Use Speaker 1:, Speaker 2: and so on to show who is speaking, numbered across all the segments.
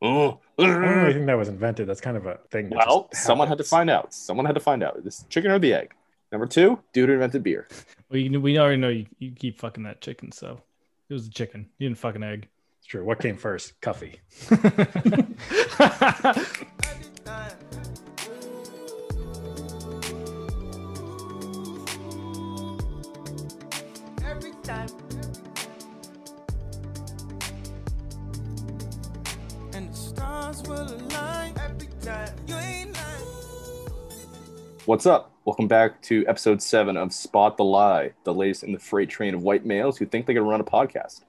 Speaker 1: Oh,
Speaker 2: I don't really think that was invented. That's kind of a thing. that
Speaker 1: well,
Speaker 2: just
Speaker 1: someone had to
Speaker 2: happens.
Speaker 1: find out. Someone had to find out. This chicken or the egg? Number two, dude who invented beer.
Speaker 3: We we already know you, you keep fucking that chicken, so it was a chicken. You didn't fucking egg.
Speaker 2: It's true. What came first? Cuffy.
Speaker 4: Every time. And the stars will align. Every time. You ain't lying.
Speaker 1: What's up? Welcome back to episode seven of Spot the Lie, the latest in the freight train of white males who think they can run a podcast.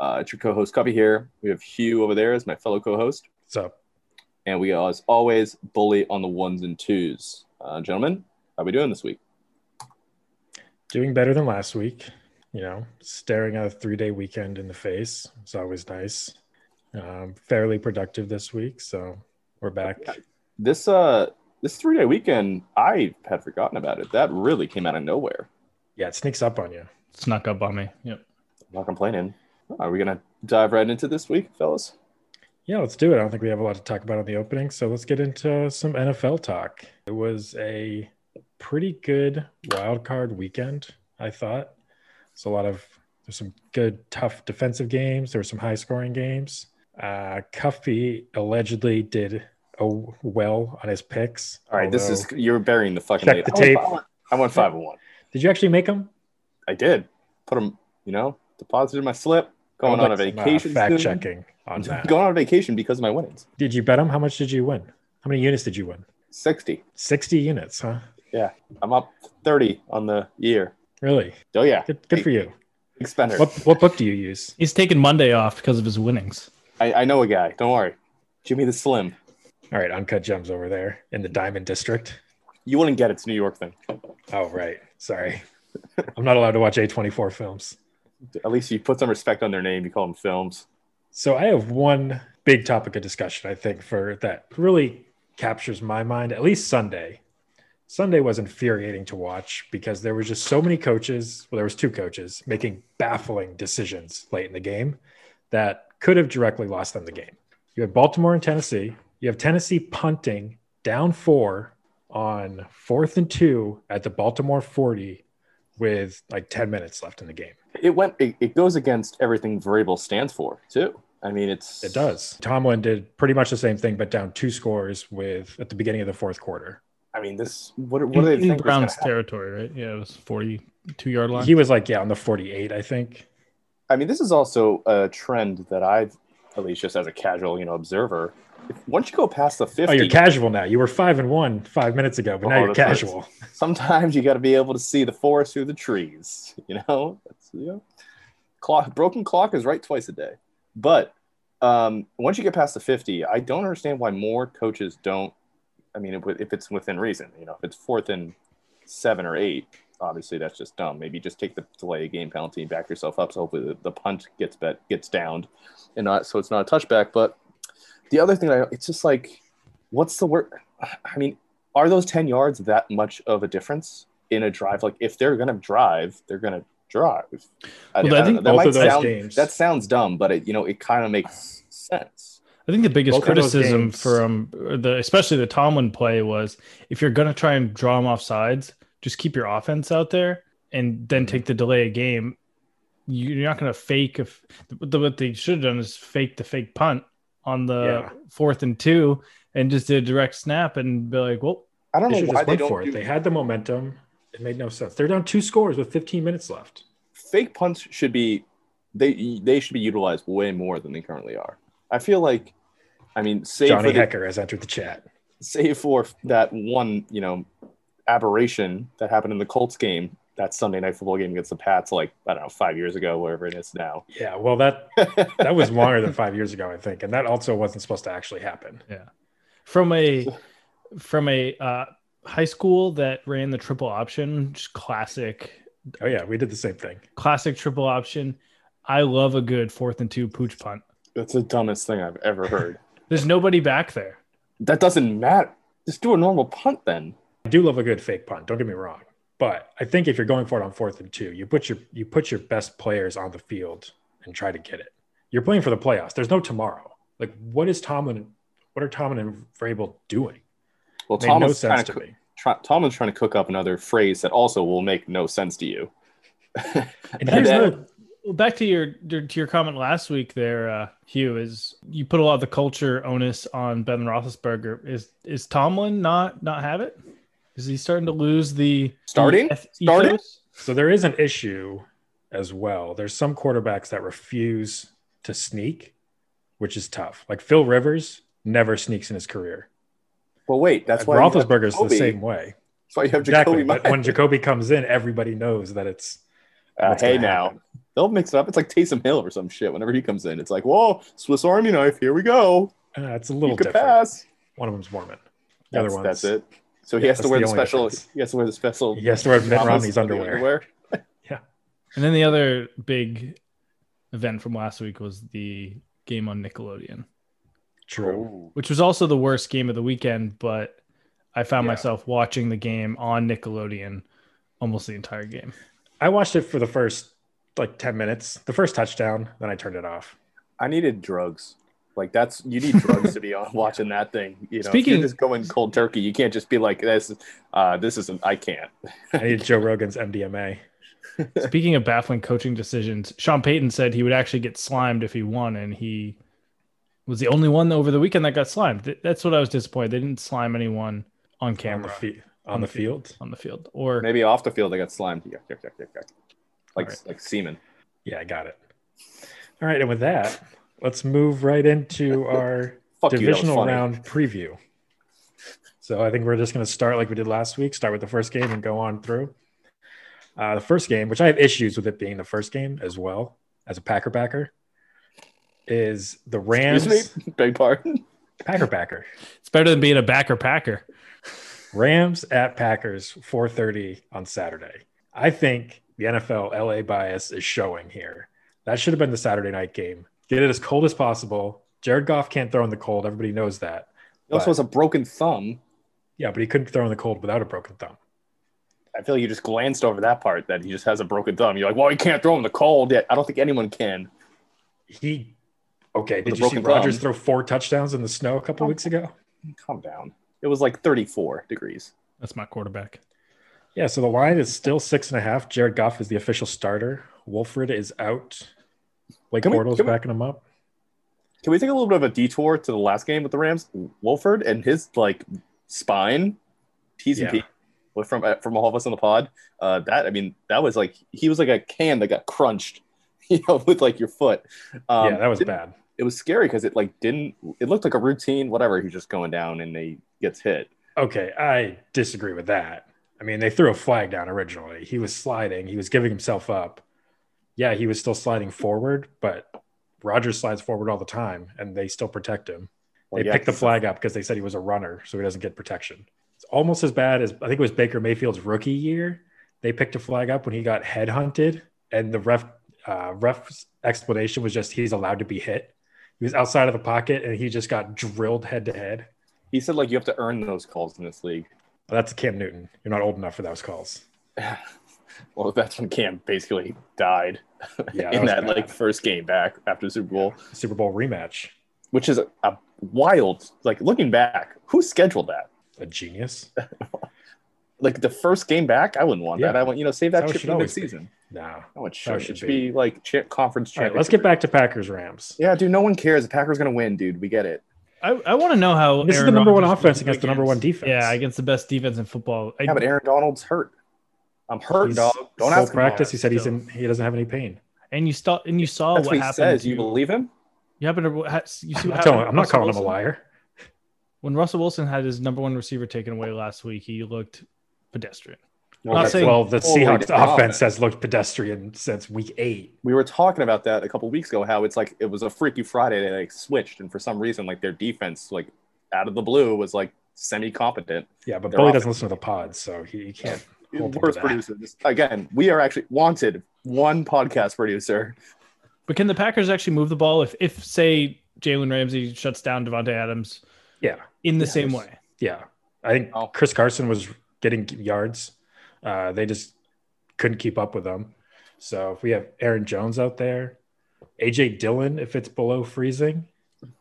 Speaker 1: Uh, it's your co-host Cuppy here. We have Hugh over there as my fellow co-host,
Speaker 2: So
Speaker 1: and we are, as always, bully on the ones and twos. Uh, gentlemen, how we doing this week?
Speaker 2: doing better than last week. You know, staring a three-day weekend in the face. It's always nice. Um, fairly productive this week, so we're back.
Speaker 1: Yeah. This uh, this three-day weekend, I had forgotten about it. That really came out of nowhere.
Speaker 2: Yeah, it sneaks up on you.
Speaker 3: Snuck up on me. Yep.
Speaker 1: I'm not complaining. Oh, Are we gonna dive right into this week, fellas?
Speaker 2: Yeah, let's do it. I don't think we have a lot to talk about on the opening, so let's get into some NFL talk. It was a pretty good wild card weekend, I thought. It's a lot of there's some good tough defensive games. There were some high scoring games. Uh, Cuffy allegedly did a well on his picks.
Speaker 1: All right, this is
Speaker 2: although-
Speaker 1: you're burying the fucking
Speaker 2: Oh, Check
Speaker 1: lead.
Speaker 2: the
Speaker 1: I went-
Speaker 2: tape.
Speaker 1: I went, I went five and one.
Speaker 2: Did you actually make him?
Speaker 1: I did put them. You know, deposited my slip.
Speaker 2: I
Speaker 1: Going
Speaker 2: would
Speaker 1: on a
Speaker 2: like some, uh,
Speaker 1: vacation.
Speaker 2: fact
Speaker 1: soon.
Speaker 2: checking on that.
Speaker 1: Going on a vacation because of my winnings.
Speaker 2: Did you bet him? How much did you win? How many units did you win?
Speaker 1: Sixty.
Speaker 2: Sixty units, huh?
Speaker 1: I'm up thirty on the year.
Speaker 2: Really?
Speaker 1: Oh yeah,
Speaker 2: Good, good for you.
Speaker 1: big spender.
Speaker 2: What what book do you use?
Speaker 3: He's taking Monday off because of his winnings.
Speaker 1: I, I know a guy. Don't worry, Jimmy the Slim.
Speaker 2: All right, Uncut Gems over there in the Diamond District.
Speaker 1: You wouldn't get it. It's a New York thing.
Speaker 2: Oh, right. Sorry. I'm not allowed to watch A24 films.
Speaker 1: At least you put some respect on their name. You call them films.
Speaker 2: So I have one big topic of discussion, I think, for that really captures my mind, at least Sunday. Sunday was infuriating to watch because there was just so many coaches, well, there was two coaches making baffling decisions late in the game that could have directly lost them the game. You have Baltimore and Tennessee. You have Tennessee punting down four on fourth and two at the Baltimore 40 with like 10 minutes left in the game.
Speaker 1: It went. It, it goes against everything Vrabel stands for too. I mean, it's
Speaker 2: It does. Tomlin did pretty much the same thing, but down two scores with at the beginning of the fourth quarter.
Speaker 1: I mean, this. What, what do they think?
Speaker 3: in, in
Speaker 1: was gonna
Speaker 3: Browns
Speaker 1: happen?
Speaker 3: territory, right? Yeah, it was forty-two yard line.
Speaker 2: He was like, yeah, on the 48, I think.
Speaker 1: I mean, this is also a trend that I've, at least just as a casual, you know, observer. If, once you go past the
Speaker 2: Oh, you're
Speaker 1: fifty,
Speaker 2: casual now. You were five and one five minutes ago, but now
Speaker 1: Oh,
Speaker 2: you're
Speaker 1: that's right.
Speaker 2: casual.
Speaker 1: sometimes you got to be able to see the forest through the trees. You know, That's, you know, clock broken clock is right twice a day. But um, once you get past the fifty, I don't understand why more coaches don't. I mean, if, if it's within reason, you know, if it's fourth and seven or eight, obviously that's just dumb. Maybe just take the delay of game penalty, and back yourself up, so hopefully the, the punt gets bet gets downed, and not so it's not a touchback. But the other thing, I, it's just like, what's the word? I mean, are those ten yards that much of a difference in a drive? Like, if they're gonna drive, they're gonna drive. I,
Speaker 3: Well, I
Speaker 1: don't
Speaker 3: think
Speaker 2: both
Speaker 1: know.
Speaker 2: of
Speaker 1: might
Speaker 2: those
Speaker 1: sound-
Speaker 2: games-
Speaker 1: That sounds dumb, but it you know it kind of makes sense.
Speaker 3: I think the biggest
Speaker 2: Both of those
Speaker 3: criticism
Speaker 2: games-
Speaker 3: from the especially the Tomlin play was if you're gonna try and draw him off sides, just keep your offense out there and then
Speaker 2: Mm-hmm.
Speaker 3: take the delay of game. You- You're not gonna fake if the, what they should have done is fake the fake punt on the
Speaker 2: Yeah.
Speaker 3: fourth and two and just did a direct snap and be like, well,
Speaker 1: I don't
Speaker 2: They should
Speaker 1: know why
Speaker 2: just
Speaker 1: they
Speaker 2: went
Speaker 1: don't
Speaker 2: for it.
Speaker 1: do
Speaker 2: They had the momentum. It made no sense. They're down two scores with 15 minutes left.
Speaker 1: fake punts should be they they should be utilized way more than they currently are. I feel like, I mean, save
Speaker 2: Johnny
Speaker 1: for the,
Speaker 2: Hecker has entered the chat.
Speaker 1: save for that one you know aberration that happened in the Colts game that Sunday night football game against the Pats, like I don't know five years ago, wherever it is now.
Speaker 2: Yeah, well, that that was longer than five years ago, I think, and that also wasn't supposed to actually happen.
Speaker 3: from a from a uh, high school that ran the triple option, just classic
Speaker 2: Oh yeah, we did the same thing.
Speaker 3: classic triple option. I love a good fourth and two pooch punt.
Speaker 1: That's the dumbest thing I've ever heard.
Speaker 3: There's nobody back there.
Speaker 1: that doesn't matter. Just do a normal punt then.
Speaker 2: I do love a good fake punt. Don't get me wrong, but I think if you're going for it on fourth and two, you put your you put your best players on the field and try to get it. You're playing for the playoffs. There's no tomorrow. Like, what is Tomlin? What are Tomlin and Vrabel doing?
Speaker 1: Well,
Speaker 2: It made no
Speaker 1: Tomlin's trying
Speaker 2: sense
Speaker 1: to
Speaker 2: to
Speaker 1: cook,
Speaker 2: me.
Speaker 1: try, Tomlin's trying to cook up another phrase that also will make no sense to you.
Speaker 2: And here's
Speaker 1: then-
Speaker 2: another
Speaker 3: Well, back to your, your to your comment last week there, uh, Hugh, is you put a lot of the culture onus on Ben Roethlisberger. Is is Tomlin not not have it? Is he starting to lose the
Speaker 1: Starting?
Speaker 3: the eth-
Speaker 1: Starting?
Speaker 3: ethos?
Speaker 2: So there is an issue as well. There's some quarterbacks that refuse to sneak, which is tough. Like Phil Rivers never sneaks in his career.
Speaker 1: Well, wait, that's why you have
Speaker 2: Roethlisberger's the
Speaker 1: Jacoby.
Speaker 2: same way.
Speaker 1: That's why you have Jacoby.
Speaker 2: Exactly. But
Speaker 1: Myers.
Speaker 2: when Jacoby comes in, everybody knows that it's
Speaker 1: Uh,
Speaker 2: what's
Speaker 1: hey,
Speaker 2: gonna
Speaker 1: now
Speaker 2: happen.
Speaker 1: they'll mix it up. It's like Taysom Hill or some shit. Whenever he comes in, it's like, whoa, Swiss Army knife. Here we go.
Speaker 2: Uh, it's a
Speaker 1: You
Speaker 2: little
Speaker 1: could
Speaker 2: different.
Speaker 1: pass.
Speaker 2: One of them's Mormon. The
Speaker 1: That's,
Speaker 2: other one's
Speaker 1: that's it. So he
Speaker 2: Yeah,
Speaker 1: has to
Speaker 2: that's
Speaker 1: wear
Speaker 2: the
Speaker 1: the,
Speaker 2: only
Speaker 1: special.
Speaker 2: difference.
Speaker 1: He has to wear the special.
Speaker 2: He has to wear Mitt
Speaker 1: pajamas
Speaker 2: Romney's
Speaker 1: with the
Speaker 2: underwear.
Speaker 3: And then the other big event from last week was the game on Nickelodeon,
Speaker 2: True.
Speaker 1: Ooh.
Speaker 3: which was also the worst game of the weekend. But I found
Speaker 2: Yeah.
Speaker 3: myself watching the game on Nickelodeon almost the entire game.
Speaker 2: I watched it for the first like 10 minutes, the first touchdown, then I turned it off.
Speaker 1: I needed drugs. Like that's you need drugs to be on watching that thing. You know, Speaking,
Speaker 3: Speaking-
Speaker 1: you're just going cold turkey. You can't just be like this. Uh, this isn't. I can't.
Speaker 2: I needed Joe Rogan's MDMA.
Speaker 3: Speaking of baffling coaching decisions, Sean Payton said he would actually get slimed if he won, and he was the only one over the weekend that got slimed. Th- That's what I was disappointed. They didn't slime anyone on
Speaker 2: on the,
Speaker 3: camera
Speaker 2: fe- on the field.
Speaker 3: on the field, or
Speaker 1: Maybe off the field, I got slimed. Yuck, yuck, yuck, yuck, yuck. Like
Speaker 3: Alright.
Speaker 1: like semen.
Speaker 2: Yeah, I got it. All right, and with that, let's move right into our
Speaker 1: Fuck you. That was
Speaker 2: divisional
Speaker 1: funny.
Speaker 2: round preview. So I think we're just going to start like we did last week, start with the first game and go on through. Uh, the first game, which I have issues with it being the first game as well as a Packer backer, is the Rams
Speaker 1: Excuse me. Beg pardon.
Speaker 2: Packer backer.
Speaker 3: it's better than being a backer packer.
Speaker 2: Rams at Packers 4:30 on Saturday. I think the NFL LA bias is showing here. That should have been the Saturday night game. Get it as cold as possible. Jared Goff can't throw in the cold. Everybody knows that.
Speaker 1: He also has a broken thumb.
Speaker 2: Yeah, but he couldn't throw in the cold without a broken thumb.
Speaker 1: I feel like you just glanced over that part that he just has a broken thumb. You're like, well, he can't throw him the cold yet. I don't think anyone can.
Speaker 2: He okay.
Speaker 1: With a
Speaker 2: Did you see
Speaker 1: broken
Speaker 2: Rodgers
Speaker 1: thumb.
Speaker 2: throw four touchdowns in the snow a couple weeks ago?
Speaker 1: Calm down. It was like 34 degrees.
Speaker 3: That's my quarterback.
Speaker 2: Yeah, so the line is still six and a half. Jared Goff is the official starter. Wolford is out. Blake
Speaker 1: Can we-
Speaker 2: Bortles
Speaker 1: can we-
Speaker 2: backing him up.
Speaker 1: Can we take a little bit of a detour to the last game with the Rams? Wolford and his like spine, T's and
Speaker 2: Yeah.
Speaker 1: P, well, from uh, from all of us on the pod. Uh, that I mean, that was like he was like a can that got crunched, you know, with like your foot. Um,
Speaker 2: yeah, that was
Speaker 1: it-
Speaker 2: bad.
Speaker 1: It was scary because it like didn't. It looked like a routine, whatever. He's just going down and he gets hit.
Speaker 2: Okay, I disagree with that. I mean, they threw a flag down originally. He was sliding, he was giving himself up. Yeah, he was still sliding forward, but Rogers slides forward all the time and they still protect him.
Speaker 1: Well,
Speaker 2: they
Speaker 1: yeah,
Speaker 2: picked the
Speaker 1: 'cause
Speaker 2: flag up because they said he was a runner, so he doesn't get protection. It's almost as bad as I think it was Baker Mayfield's rookie year. They picked a flag up when he got headhunted, and the ref uh, ref's explanation was just he's allowed to be hit. He was outside of the pocket and he just got drilled head to head.
Speaker 1: He said like you have to earn those calls in this league.
Speaker 2: That's Cam Newton. You're not old enough for those calls.
Speaker 1: Well, that's when Cam basically died
Speaker 2: Yeah,
Speaker 1: in
Speaker 2: was
Speaker 1: that
Speaker 2: bad.
Speaker 1: like first game back after the Super Bowl,
Speaker 2: Super Bowl rematch.
Speaker 1: which is a, a wild. Like looking back, who scheduled that?
Speaker 2: A genius.
Speaker 1: Like the first game back, I wouldn't want that.
Speaker 2: Yeah.
Speaker 1: I want you know save that
Speaker 2: That's how it
Speaker 1: shit
Speaker 2: should
Speaker 1: for the next
Speaker 2: always be.
Speaker 1: season.
Speaker 2: Nah.
Speaker 1: I want
Speaker 2: how
Speaker 1: sure
Speaker 2: it
Speaker 1: it
Speaker 2: should
Speaker 1: should be like cha- conference.
Speaker 2: All right,
Speaker 1: championship.
Speaker 2: let's get back to Packers Rams.
Speaker 1: Yeah, dude. No one cares. The Packers gonna win, dude. We get it.
Speaker 3: I, I want to know how
Speaker 2: This is
Speaker 3: Aaron
Speaker 2: the number one
Speaker 3: Rodgers
Speaker 2: offense
Speaker 3: did
Speaker 2: against the number one defense.
Speaker 3: Yeah, against the best defense in football. I,
Speaker 1: Yeah, but Aaron Donald's hurt. I'm hurt,
Speaker 2: He's
Speaker 1: dog.
Speaker 2: full
Speaker 1: Don't ask him.
Speaker 2: practice. He
Speaker 3: that,
Speaker 2: said he's
Speaker 3: so.
Speaker 2: in. He doesn't have any pain.
Speaker 3: and you saw and you saw
Speaker 1: That's
Speaker 3: what
Speaker 1: what he
Speaker 3: happened.
Speaker 1: says.
Speaker 3: to-
Speaker 1: You believe him?
Speaker 3: you happen to ha-
Speaker 2: I'm not,
Speaker 3: you see what happened
Speaker 2: telling,
Speaker 3: to
Speaker 2: I'm not
Speaker 3: Russell
Speaker 2: calling him
Speaker 3: Wilson?
Speaker 2: a liar.
Speaker 3: when Russell Wilson had his number one receiver taken away last week, he looked pedestrian.
Speaker 1: Well,
Speaker 3: not
Speaker 1: that's-
Speaker 3: saying-
Speaker 2: well, the
Speaker 1: totally
Speaker 2: Seahawks
Speaker 1: different
Speaker 2: offense
Speaker 1: offense.
Speaker 2: has looked pedestrian since week eight.
Speaker 1: we were talking about that a couple weeks ago how it's like it was a freaky friday they like switched and for some reason like their defense like out of the blue was like semi-competent
Speaker 2: Yeah, but
Speaker 1: Their
Speaker 2: Bully
Speaker 1: offense.
Speaker 2: doesn't listen to the pod, so he, he can't. Hold them to
Speaker 1: worst
Speaker 2: that.
Speaker 1: producer This- again we are actually wanted one podcast producer
Speaker 3: But can the Packers actually move the ball if, if say, Jalen Ramsey shuts down Devontae Adams
Speaker 2: Yeah,
Speaker 3: in the
Speaker 1: Yes.
Speaker 3: same way?
Speaker 2: yeah. I think
Speaker 1: Oh.
Speaker 2: Chris Carson was getting yards. Uh, they just couldn't keep up with them. So if we have Aaron Jones out there, AJ Dillon, if it's below freezing,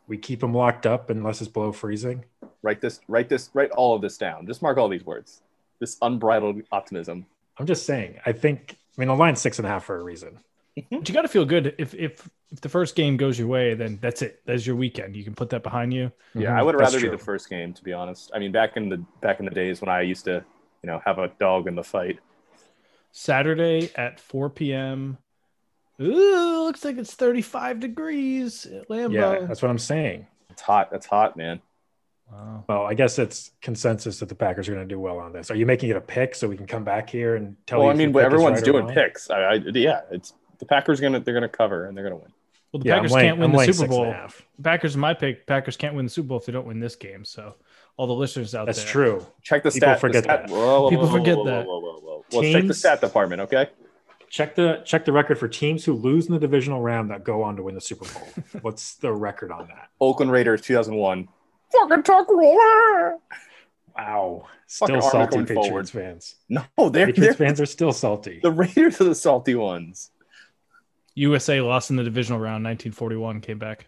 Speaker 2: We keep them locked up unless it's below freezing.
Speaker 1: Write this, write this, write all of this down. Just mark all these words. This unbridled optimism.
Speaker 2: I'm just saying. I think. I mean, the line's six and a half for a reason.
Speaker 3: But you got to feel good if if if the first game goes your way, then that's it. That's your weekend. You can put that behind you.
Speaker 1: Yeah, I would
Speaker 2: Mm-hmm. That's
Speaker 1: rather be
Speaker 2: true.
Speaker 1: the first game, to be honest. I mean, back in the back in the days when I used to, you know, have a dog in the fight.
Speaker 3: Saturday at 4 p.m. Ooh, looks like it's 35 degrees at
Speaker 2: Yeah,
Speaker 3: Lambeau.
Speaker 2: that's what I'm saying.
Speaker 1: It's hot. That's hot, man.
Speaker 3: Wow.
Speaker 2: Well, I guess it's consensus that the Packers are going to do well on this. Are you making it a pick so we can come back here and tell
Speaker 1: well,
Speaker 2: Oh, you?
Speaker 1: I
Speaker 2: if
Speaker 1: mean,
Speaker 2: your
Speaker 1: but
Speaker 2: pick is
Speaker 1: everyone's
Speaker 2: right or
Speaker 1: doing
Speaker 2: wrong?
Speaker 1: picks. I, I, yeah, it's the Packers gonna they're gonna cover and they're gonna win.
Speaker 3: Well, the
Speaker 2: Yeah, I'm
Speaker 3: Packers
Speaker 2: laying-
Speaker 3: can't win
Speaker 2: I'm laying
Speaker 3: the
Speaker 2: six
Speaker 3: Super
Speaker 2: and a
Speaker 3: Bowl.
Speaker 2: half.
Speaker 3: Packers are my pick. Packers can't win the Super Bowl if they don't win this game. So, all the listeners out
Speaker 2: That's
Speaker 3: there,
Speaker 2: true.
Speaker 1: Check the
Speaker 2: People
Speaker 1: stat. the
Speaker 2: forget
Speaker 1: stat-
Speaker 2: that.
Speaker 1: whoa, whoa,
Speaker 3: People
Speaker 1: whoa, whoa,
Speaker 3: forget
Speaker 1: whoa,
Speaker 3: that.
Speaker 1: Whoa, whoa, whoa, whoa. Well, let's check the
Speaker 2: Teams-
Speaker 1: stat department, okay?
Speaker 2: Check the check the record for teams who lose in the divisional round that go on to win the Super Bowl. What's the record on that?
Speaker 1: Oakland Raiders, two thousand one.
Speaker 2: Wow,
Speaker 1: Fucking
Speaker 2: still
Speaker 1: army
Speaker 2: salty
Speaker 1: going
Speaker 2: Patriots
Speaker 1: forward.
Speaker 2: fans.
Speaker 1: No, they're,
Speaker 2: Patriots
Speaker 1: they're
Speaker 2: fans are still salty.
Speaker 1: the Raiders are the salty ones.
Speaker 3: USA lost in the divisional round 1941, came back.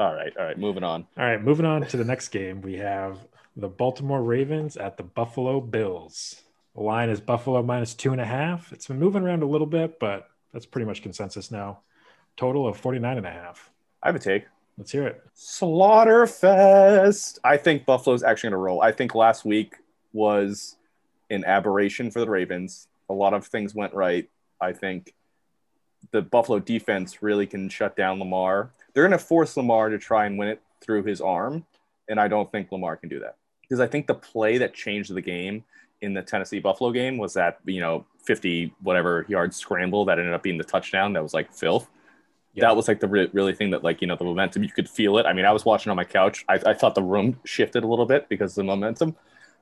Speaker 1: All right, all right, moving on.
Speaker 2: All right, moving on to the next game. We have the Baltimore Ravens at the Buffalo Bills. The line is Buffalo minus two and a half. It's been moving around a little bit, but that's pretty much consensus now. Total of 49 and a half.
Speaker 1: I have a take.
Speaker 2: Let's hear it.
Speaker 1: Slaughterfest. I think Buffalo's actually going to roll. I think last week was an aberration for the Ravens. A lot of things went right. I think the Buffalo defense really can shut down Lamar. They're going to force Lamar to try and win it through his arm, and I don't think Lamar can do that because I think the play that changed the game in the Tennessee Buffalo game was that you know 50 whatever yard scramble that ended up being the touchdown that was like filth
Speaker 2: Yeah.
Speaker 1: that was like the re- really thing that like you know the momentum you could feel it i mean i was watching on my couch i, I thought the room shifted a little bit because of the momentum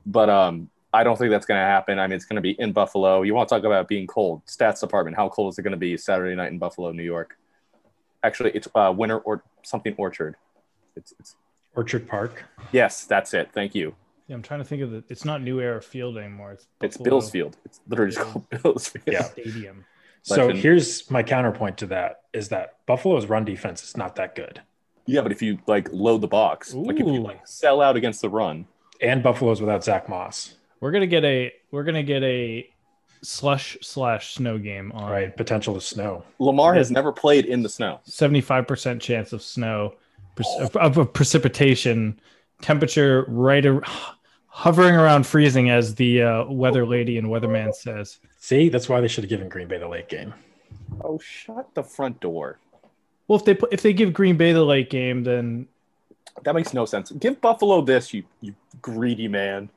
Speaker 1: but um i don't think that's going to happen i mean it's going to be in buffalo you want to talk about being cold stats department how cold is it going to be saturday night in buffalo new york actually it's uh, winter or something orchard it's, it's
Speaker 2: Orchard Park.
Speaker 1: yes that's it thank you
Speaker 3: Yeah, I'm trying to think of the. It's not New Era Field anymore. It's,
Speaker 1: it's
Speaker 3: Buffalo
Speaker 1: Bills Field. it's literally just called Bills Field.
Speaker 2: Yeah.
Speaker 3: Stadium.
Speaker 2: So
Speaker 1: Legend.
Speaker 2: here's my counterpoint to that is that Buffalo's run defense is not that good.
Speaker 1: Yeah, but if you like load the box, like if you
Speaker 3: Ooh.
Speaker 1: like sell out against the run,
Speaker 2: And Buffalo's without Zach Moss.
Speaker 3: We're gonna get a. We're gonna get a slush slash snow game on.
Speaker 2: All right, potential of snow.
Speaker 1: Lamar has never played in the snow.
Speaker 3: 75% chance of snow pre- of, of precipitation temperature right ar- hovering around freezing as the uh, weather lady and weatherman says
Speaker 2: See, that's why they should have given Green Bay the late game.
Speaker 1: Oh, shut the front door.
Speaker 3: well if they put, if they give green bay the late game then
Speaker 1: That makes no sense. Give Buffalo this, you you greedy man.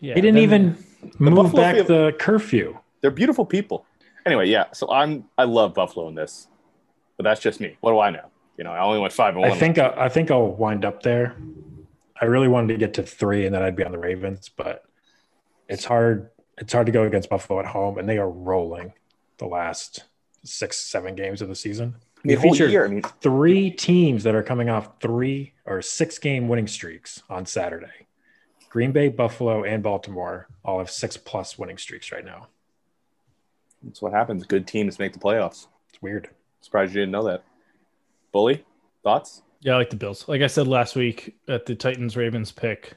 Speaker 3: yeah
Speaker 2: They didn't
Speaker 3: then-
Speaker 2: even move
Speaker 1: Buffalo
Speaker 2: back
Speaker 1: field-
Speaker 2: the curfew.
Speaker 1: They're beautiful people. Anyway, yeah. So I'm I love Buffalo in this, but that's just me. What do I know? You know, I only went five and one.
Speaker 2: I think I, I think I'll wind up there. I really wanted to get to three, and then I'd be on the Ravens, but it's hard. It's hard to go against Buffalo at home, and they are rolling the last six, seven games of the season.
Speaker 1: I mean,
Speaker 2: we
Speaker 1: whole
Speaker 2: featured-
Speaker 1: year. I mean,
Speaker 2: Three teams that are coming off three or six game winning streaks on Saturday. Green Bay, Buffalo, and Baltimore all have six plus winning streaks right now.
Speaker 1: that's what happens. Good teams make the playoffs.
Speaker 2: It's weird.
Speaker 1: Surprised you didn't know that. Bully, thoughts?
Speaker 3: yeah i like the bills like i said last week at the titans ravens pick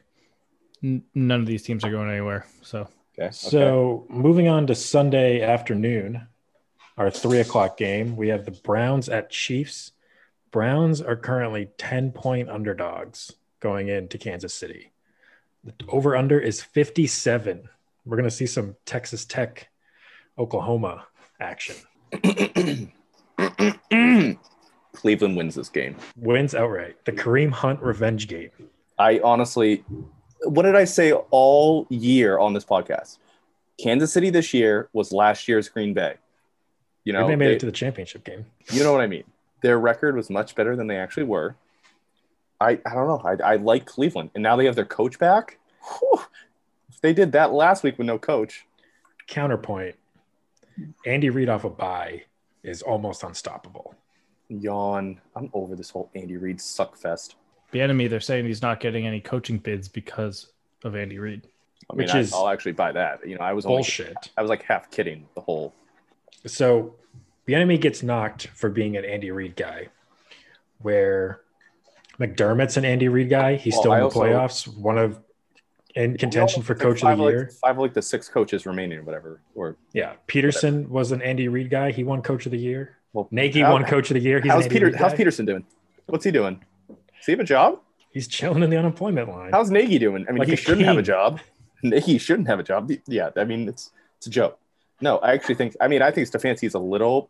Speaker 3: n- none of these teams are going anywhere so
Speaker 1: Okay. okay.
Speaker 2: So moving on to Sunday afternoon, our three o'clock game, we have the Browns at Chiefs. Browns are currently 10 point underdogs going into Kansas City. The over under is 57. We're going to see some Texas Tech, Oklahoma action.
Speaker 1: Cleveland wins this game.
Speaker 2: Wins outright. The Kareem Hunt revenge game.
Speaker 1: I honestly, what did I say all year on this podcast? Kansas City this year was last year's Green Bay. You know,
Speaker 2: Maybe they made
Speaker 1: they-
Speaker 2: it to the championship game.
Speaker 1: you know what I mean. Their record was much better than they actually were. I, I don't know. I, I like Cleveland, and now they have their coach back. Whew. If they did that last week with no coach,
Speaker 2: Counterpoint Andy Reid off a bye is almost unstoppable.
Speaker 1: yawn. I'm over this whole Andy Reid suck fest.
Speaker 3: the enemy they're saying he's not getting any coaching bids because of andy reid
Speaker 1: I mean,
Speaker 2: Which
Speaker 1: I,
Speaker 2: is
Speaker 1: I'll actually buy that. You know, I was only,
Speaker 2: Bullshit.
Speaker 1: I was like half kidding the whole.
Speaker 2: So the enemy gets knocked for being an Andy Reid guy, where McDermott's an Andy Reid guy. He's
Speaker 1: Well,
Speaker 2: still
Speaker 1: I
Speaker 2: in the
Speaker 1: also-
Speaker 2: playoffs, one of in contention for
Speaker 1: Like
Speaker 2: coach
Speaker 1: five
Speaker 2: of the
Speaker 1: like,
Speaker 2: year.
Speaker 1: Five like the six coaches remaining or whatever. Or
Speaker 2: Yeah, Peterson was an Andy Reid guy. He won coach of the year.
Speaker 1: well,
Speaker 2: Nagy
Speaker 1: how-
Speaker 2: won coach of the year. He's an
Speaker 1: how's
Speaker 2: Andy
Speaker 1: Peter?
Speaker 2: Reid
Speaker 1: How's
Speaker 2: guy.
Speaker 1: Peterson doing? What's he doing? Does he have a job?
Speaker 2: He's chilling in the unemployment line.
Speaker 1: How's Nagy doing? I mean,
Speaker 2: Like
Speaker 1: he
Speaker 2: a
Speaker 1: shouldn't have a
Speaker 2: king.
Speaker 1: job. Nagy shouldn't have a job. Yeah, I mean, it's it's a joke. No, I actually think. I mean, I think Stefanski's a little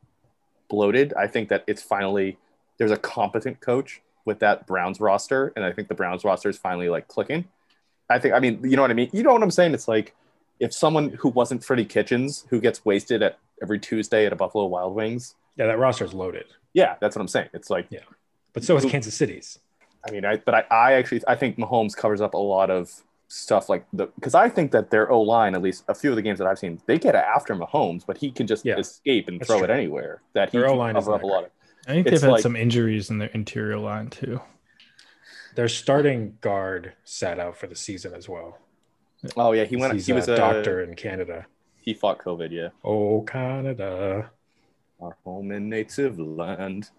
Speaker 1: bloated. I think that it's finally there's a competent coach with that Browns roster, and I think the Browns roster is finally like clicking. I think. I mean, you know what I mean. You know what I'm saying? It's like if someone who wasn't Freddie Kitchens, who gets wasted at every Tuesday at a Buffalo Wild Wings.
Speaker 2: yeah, that roster's loaded,
Speaker 1: Yeah, that's what I'm saying. It's like
Speaker 2: but so is
Speaker 1: Who-
Speaker 2: Kansas City's.
Speaker 1: I mean, I but I, I actually I think Mahomes covers up a lot of stuff like the because I think that their O line, at least a few of the games that I've seen, they get after Mahomes, but he can just
Speaker 2: Yeah,
Speaker 1: escape and
Speaker 2: that's
Speaker 1: throw it
Speaker 2: true.
Speaker 1: anywhere. That he
Speaker 2: Their
Speaker 1: can
Speaker 2: O-line is
Speaker 1: cover up a
Speaker 2: not
Speaker 1: lot of.
Speaker 3: I think
Speaker 1: It's
Speaker 3: they've had
Speaker 1: like-
Speaker 3: some injuries in their interior line too.
Speaker 2: Their starting guard sat out for the season as well.
Speaker 1: Oh yeah, he went.
Speaker 2: He's
Speaker 1: he was
Speaker 2: a doctor in Canada.
Speaker 1: He fought COVID. Yeah,
Speaker 2: Oh, Canada.
Speaker 1: our home and native land,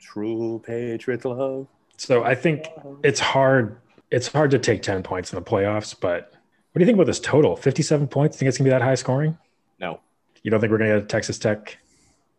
Speaker 1: true patriot love.
Speaker 2: So I think it's hard. It's hard to take ten points in the playoffs. But what do you think about this total? Fifty-seven points. Think it's gonna be that high scoring?
Speaker 1: No,
Speaker 2: You don't think we're gonna get a Texas Tech,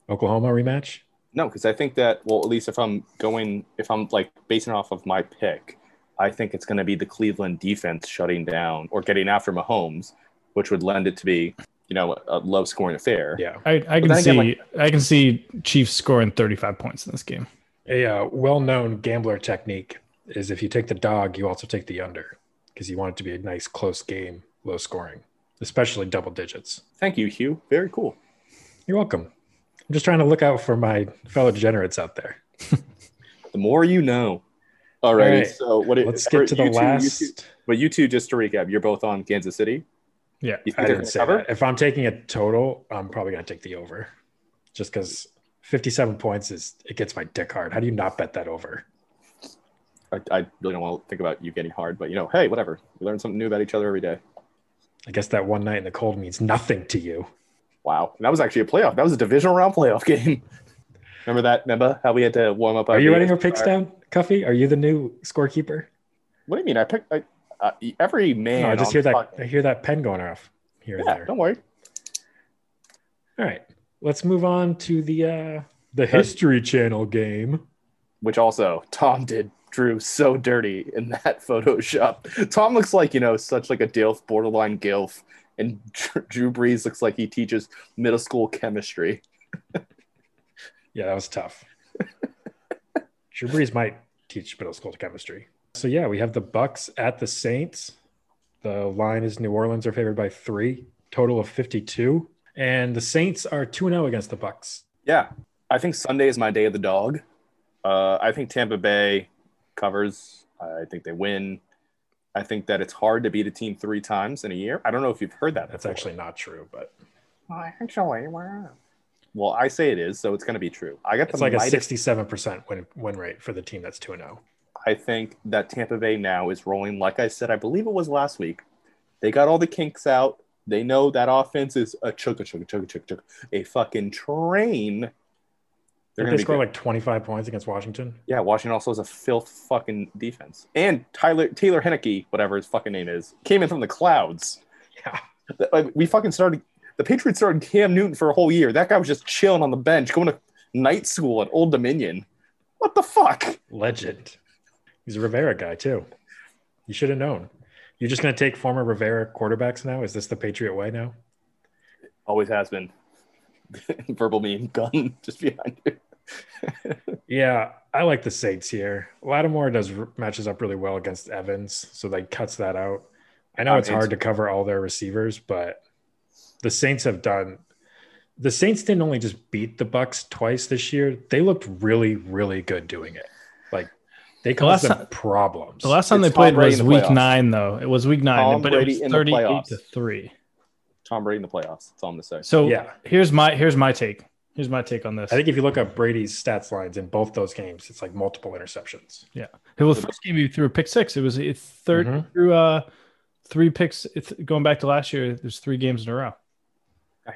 Speaker 2: Oklahoma rematch?
Speaker 1: No, because I think that well, at least if I'm going, if I'm like basing it off of my pick, I think it's going to be the Cleveland defense shutting down or getting after Mahomes, which would lend it to be, you know, a low scoring affair.
Speaker 2: Yeah.
Speaker 3: I, I can
Speaker 1: then
Speaker 3: see
Speaker 1: again,
Speaker 3: I can see Chiefs scoring 35 points in this game.
Speaker 2: A uh, well-known gambler technique is if you take the dog, you also take the under because you want it to be a nice close game, low scoring, especially double digits.
Speaker 1: Thank you, Hugh. Very cool.
Speaker 2: You're welcome. I'm just trying to look out for my fellow degenerates out there.
Speaker 1: The more you know. All righty.
Speaker 2: right.
Speaker 1: So what? It,
Speaker 2: Let's
Speaker 1: for
Speaker 2: get to the
Speaker 1: you two- you
Speaker 2: last.
Speaker 1: two- but you two, just to recap, you're both on Kansas City.
Speaker 3: Yeah.
Speaker 1: You think
Speaker 2: I
Speaker 1: they're
Speaker 2: didn't
Speaker 1: gonna
Speaker 2: say
Speaker 1: cover?
Speaker 2: that. If I'm taking a total, I'm probably going to take the over, just because 57 points is it gets my dick hard. How do you not bet that over?
Speaker 1: I, I really don't want to think about you getting hard, but you know, hey, whatever. We learn something new about each other every day.
Speaker 2: I guess that one night in the cold means nothing to you.
Speaker 1: Wow. And that was actually a playoff. That was a divisional round playoff game. Remember that? Remember how we had to warm up?
Speaker 2: Are you writing our
Speaker 1: picks
Speaker 2: picks down, Cuffy? Are you the new scorekeeper?
Speaker 1: What do you mean? I picked I, uh, every man.
Speaker 2: No, I just
Speaker 1: on
Speaker 2: hear that.
Speaker 1: this
Speaker 2: I
Speaker 1: podcast-
Speaker 2: hear that pen going off here and
Speaker 1: Yeah,
Speaker 2: there.
Speaker 1: don't worry.
Speaker 2: All right, let's move on to the uh, the History Channel game.
Speaker 1: Which also, Tom did Drew so dirty in that Photoshop. Tom looks like you know, such like a Dilf, borderline Gilf, and Dr- Drew Brees looks like he teaches middle school chemistry.
Speaker 2: Yeah, that was tough. Drew Brees might teach middle school chemistry. So yeah, we have the Bucks at the Saints. The line is New Orleans are favored by three, total of fifty-two, and the Saints are two zero against the Bucks.
Speaker 1: Yeah, I think Sunday is my day of the dog. Uh, I think Tampa Bay covers. I think they win. I think that it's hard to beat a team three times in a year. I don't know if you've heard that.
Speaker 2: That's
Speaker 1: before.
Speaker 2: actually not true, but
Speaker 1: Actually, wow. Well, I say it is, so it's going to be true. I got the
Speaker 2: it's like a
Speaker 1: lightest-
Speaker 2: sixty-seven percent win win rate for the team that's two oh. zero.
Speaker 1: I think that Tampa Bay now is rolling. Like I said, I believe it was last week. They got all the kinks out. They know that offense is a chugga chugga chugga chugga chugga, a fucking train. They're
Speaker 2: Did they
Speaker 1: going to
Speaker 2: score
Speaker 1: score like
Speaker 2: like twenty-five points against Washington?
Speaker 1: yeah. Washington also is a filth fucking defense. And Tyler Taylor Henneke, whatever his fucking name is, came in from the clouds.
Speaker 2: Yeah.
Speaker 1: Like, We fucking started. The Patriots started Cam Newton for a whole year. That guy was just chilling on the bench, going to night school at Old Dominion. What the fuck?
Speaker 2: Legend. He's a Rivera guy too. You should have known. You're just going to take former Rivera quarterbacks now? Is this the Patriot way now?
Speaker 1: Always has been. Verbal meme gun just behind you.
Speaker 2: Yeah, I like the Saints here. Lattimore does matches up really well against Evans, so like cuts that out. I know
Speaker 3: Ah,
Speaker 1: Um,
Speaker 2: it's hard to cover all their receivers, but the Saints have done. The Saints didn't only just beat the Bucks twice this year; they looked really, really good doing it. Like they caused
Speaker 3: last
Speaker 2: them
Speaker 3: ti-
Speaker 2: problems.
Speaker 3: The last time
Speaker 1: It's
Speaker 3: they played
Speaker 1: Tom Brady
Speaker 3: was
Speaker 1: in the
Speaker 3: week
Speaker 1: playoffs.
Speaker 3: 9 though. It was week 9,
Speaker 1: Tom
Speaker 3: but
Speaker 1: Brady in
Speaker 3: it was
Speaker 1: the
Speaker 3: 38
Speaker 1: playoffs.
Speaker 3: to 3.
Speaker 1: Tom Brady in the playoffs. That's all I'm gonna say.
Speaker 3: So
Speaker 2: Yeah.
Speaker 3: here's my here's my take. Here's my take on this.
Speaker 2: I think if you look up Brady's stats lines in both those games, it's like multiple interceptions.
Speaker 3: Well, the first game he threw a pick six. It was it's 3rd
Speaker 1: Mm-hmm.
Speaker 2: Mhm.
Speaker 3: through uh three picks. It's going back to last year. There's three games in a row.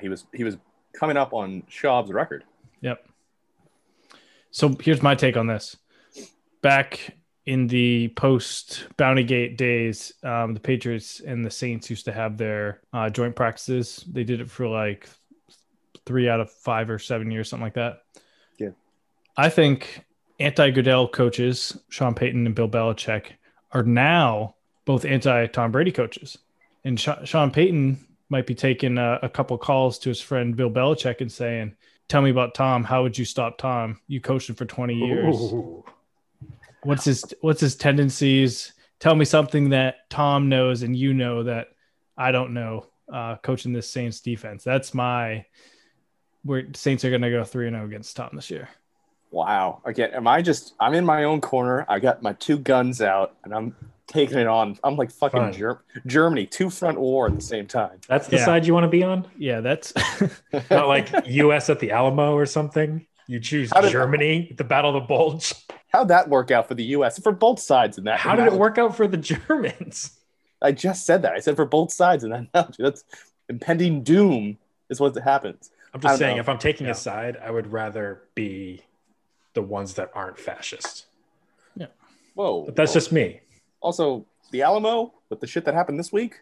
Speaker 1: He was he was coming up on Schaub's record.
Speaker 3: Yep. So here's my take on this. Back in the post Bounty Gate days, um, the Patriots and the Saints used to have their uh, joint practices. They did it for like three out of five or seven years, something like that.
Speaker 1: Yeah.
Speaker 3: I think anti Goodell coaches, Sean Payton and Bill Belichick, are now both anti Tom Brady coaches. And Sha- Sean Payton might be taking a, a couple calls to his friend Bill Belichick and saying, Tell me about Tom. How would you stop Tom? You coached him for 20 years
Speaker 2: Ooh.
Speaker 3: what's his what's his tendencies tell me something that tom knows and you know that i don't know uh coaching this saints defense that's my where saints are going to go 3-0 against tom this year
Speaker 1: Wow. Again, am I just? I'm in my own corner. I got my two guns out, and I'm taking it on. I'm like fucking
Speaker 2: Fine.
Speaker 1: Ger- Germany, two front war at the same time.
Speaker 2: That's the
Speaker 3: Yeah.
Speaker 2: side you want to be on?
Speaker 3: yeah that's
Speaker 2: Not like US at the Alamo or something. You choose
Speaker 1: How did-
Speaker 2: Germany, the Battle of the Bulge.
Speaker 1: How'd that work out for the U.S. for both sides in that?
Speaker 2: How did it work out for the Germans?
Speaker 1: I just said that. I said for both sides in that analogy. That's impending doom is what happens.
Speaker 2: I'm
Speaker 1: I don't
Speaker 2: just saying,
Speaker 1: know.
Speaker 2: if I'm taking
Speaker 3: Yeah.
Speaker 2: a side, I would rather be the ones that aren't fascist.
Speaker 1: Whoa.
Speaker 2: But that's
Speaker 1: whoa.
Speaker 2: just me.
Speaker 1: also the Alamo with the shit that happened this week.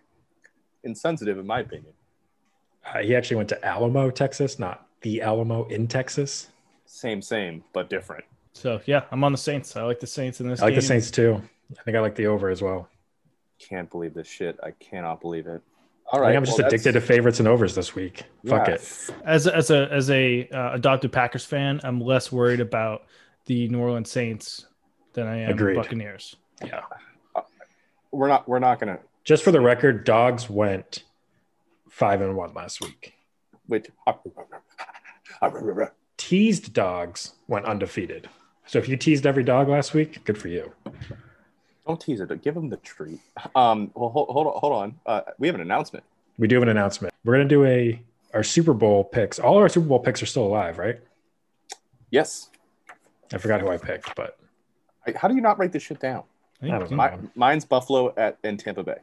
Speaker 1: Insensitive, in my opinion.
Speaker 2: Uh, he actually went to Alamo, Texas, not the Alamo in Texas.
Speaker 1: Same, same, but different.
Speaker 3: so yeah i'm on the saints i like the saints in this
Speaker 2: I like the
Speaker 3: game.
Speaker 2: Saints too. I think I like the over as well.
Speaker 1: Can't believe this shit. I cannot believe it. All
Speaker 2: I
Speaker 1: right.
Speaker 2: think I'm just
Speaker 1: well,
Speaker 2: addicted to
Speaker 1: that's-
Speaker 2: favorites and overs this week. Fuck
Speaker 1: Yeah.
Speaker 2: it.
Speaker 3: as as a as a uh, adopted packers fan i'm less worried about the new orleans saints than i am
Speaker 2: Agreed.
Speaker 3: buccaneers
Speaker 2: Yeah.
Speaker 1: We're not. We're not gonna.
Speaker 2: Just for the record, dogs went five and one last week.
Speaker 1: Wait. uh,
Speaker 2: Teased dogs went undefeated. So if you teased every dog last week, good for you.
Speaker 1: Don't tease it. Give him the treat. Um. Well, hold, hold on. Hold on. Uh, we have an announcement.
Speaker 2: We do have an announcement. We're gonna do a our Super Bowl picks. All our Super Bowl picks are still alive, right?
Speaker 1: Yes.
Speaker 2: I forgot who I picked, but
Speaker 1: I, how do you not write this shit down?
Speaker 3: I think
Speaker 2: I don't know.
Speaker 1: My, mine's Buffalo at and Tampa Bay.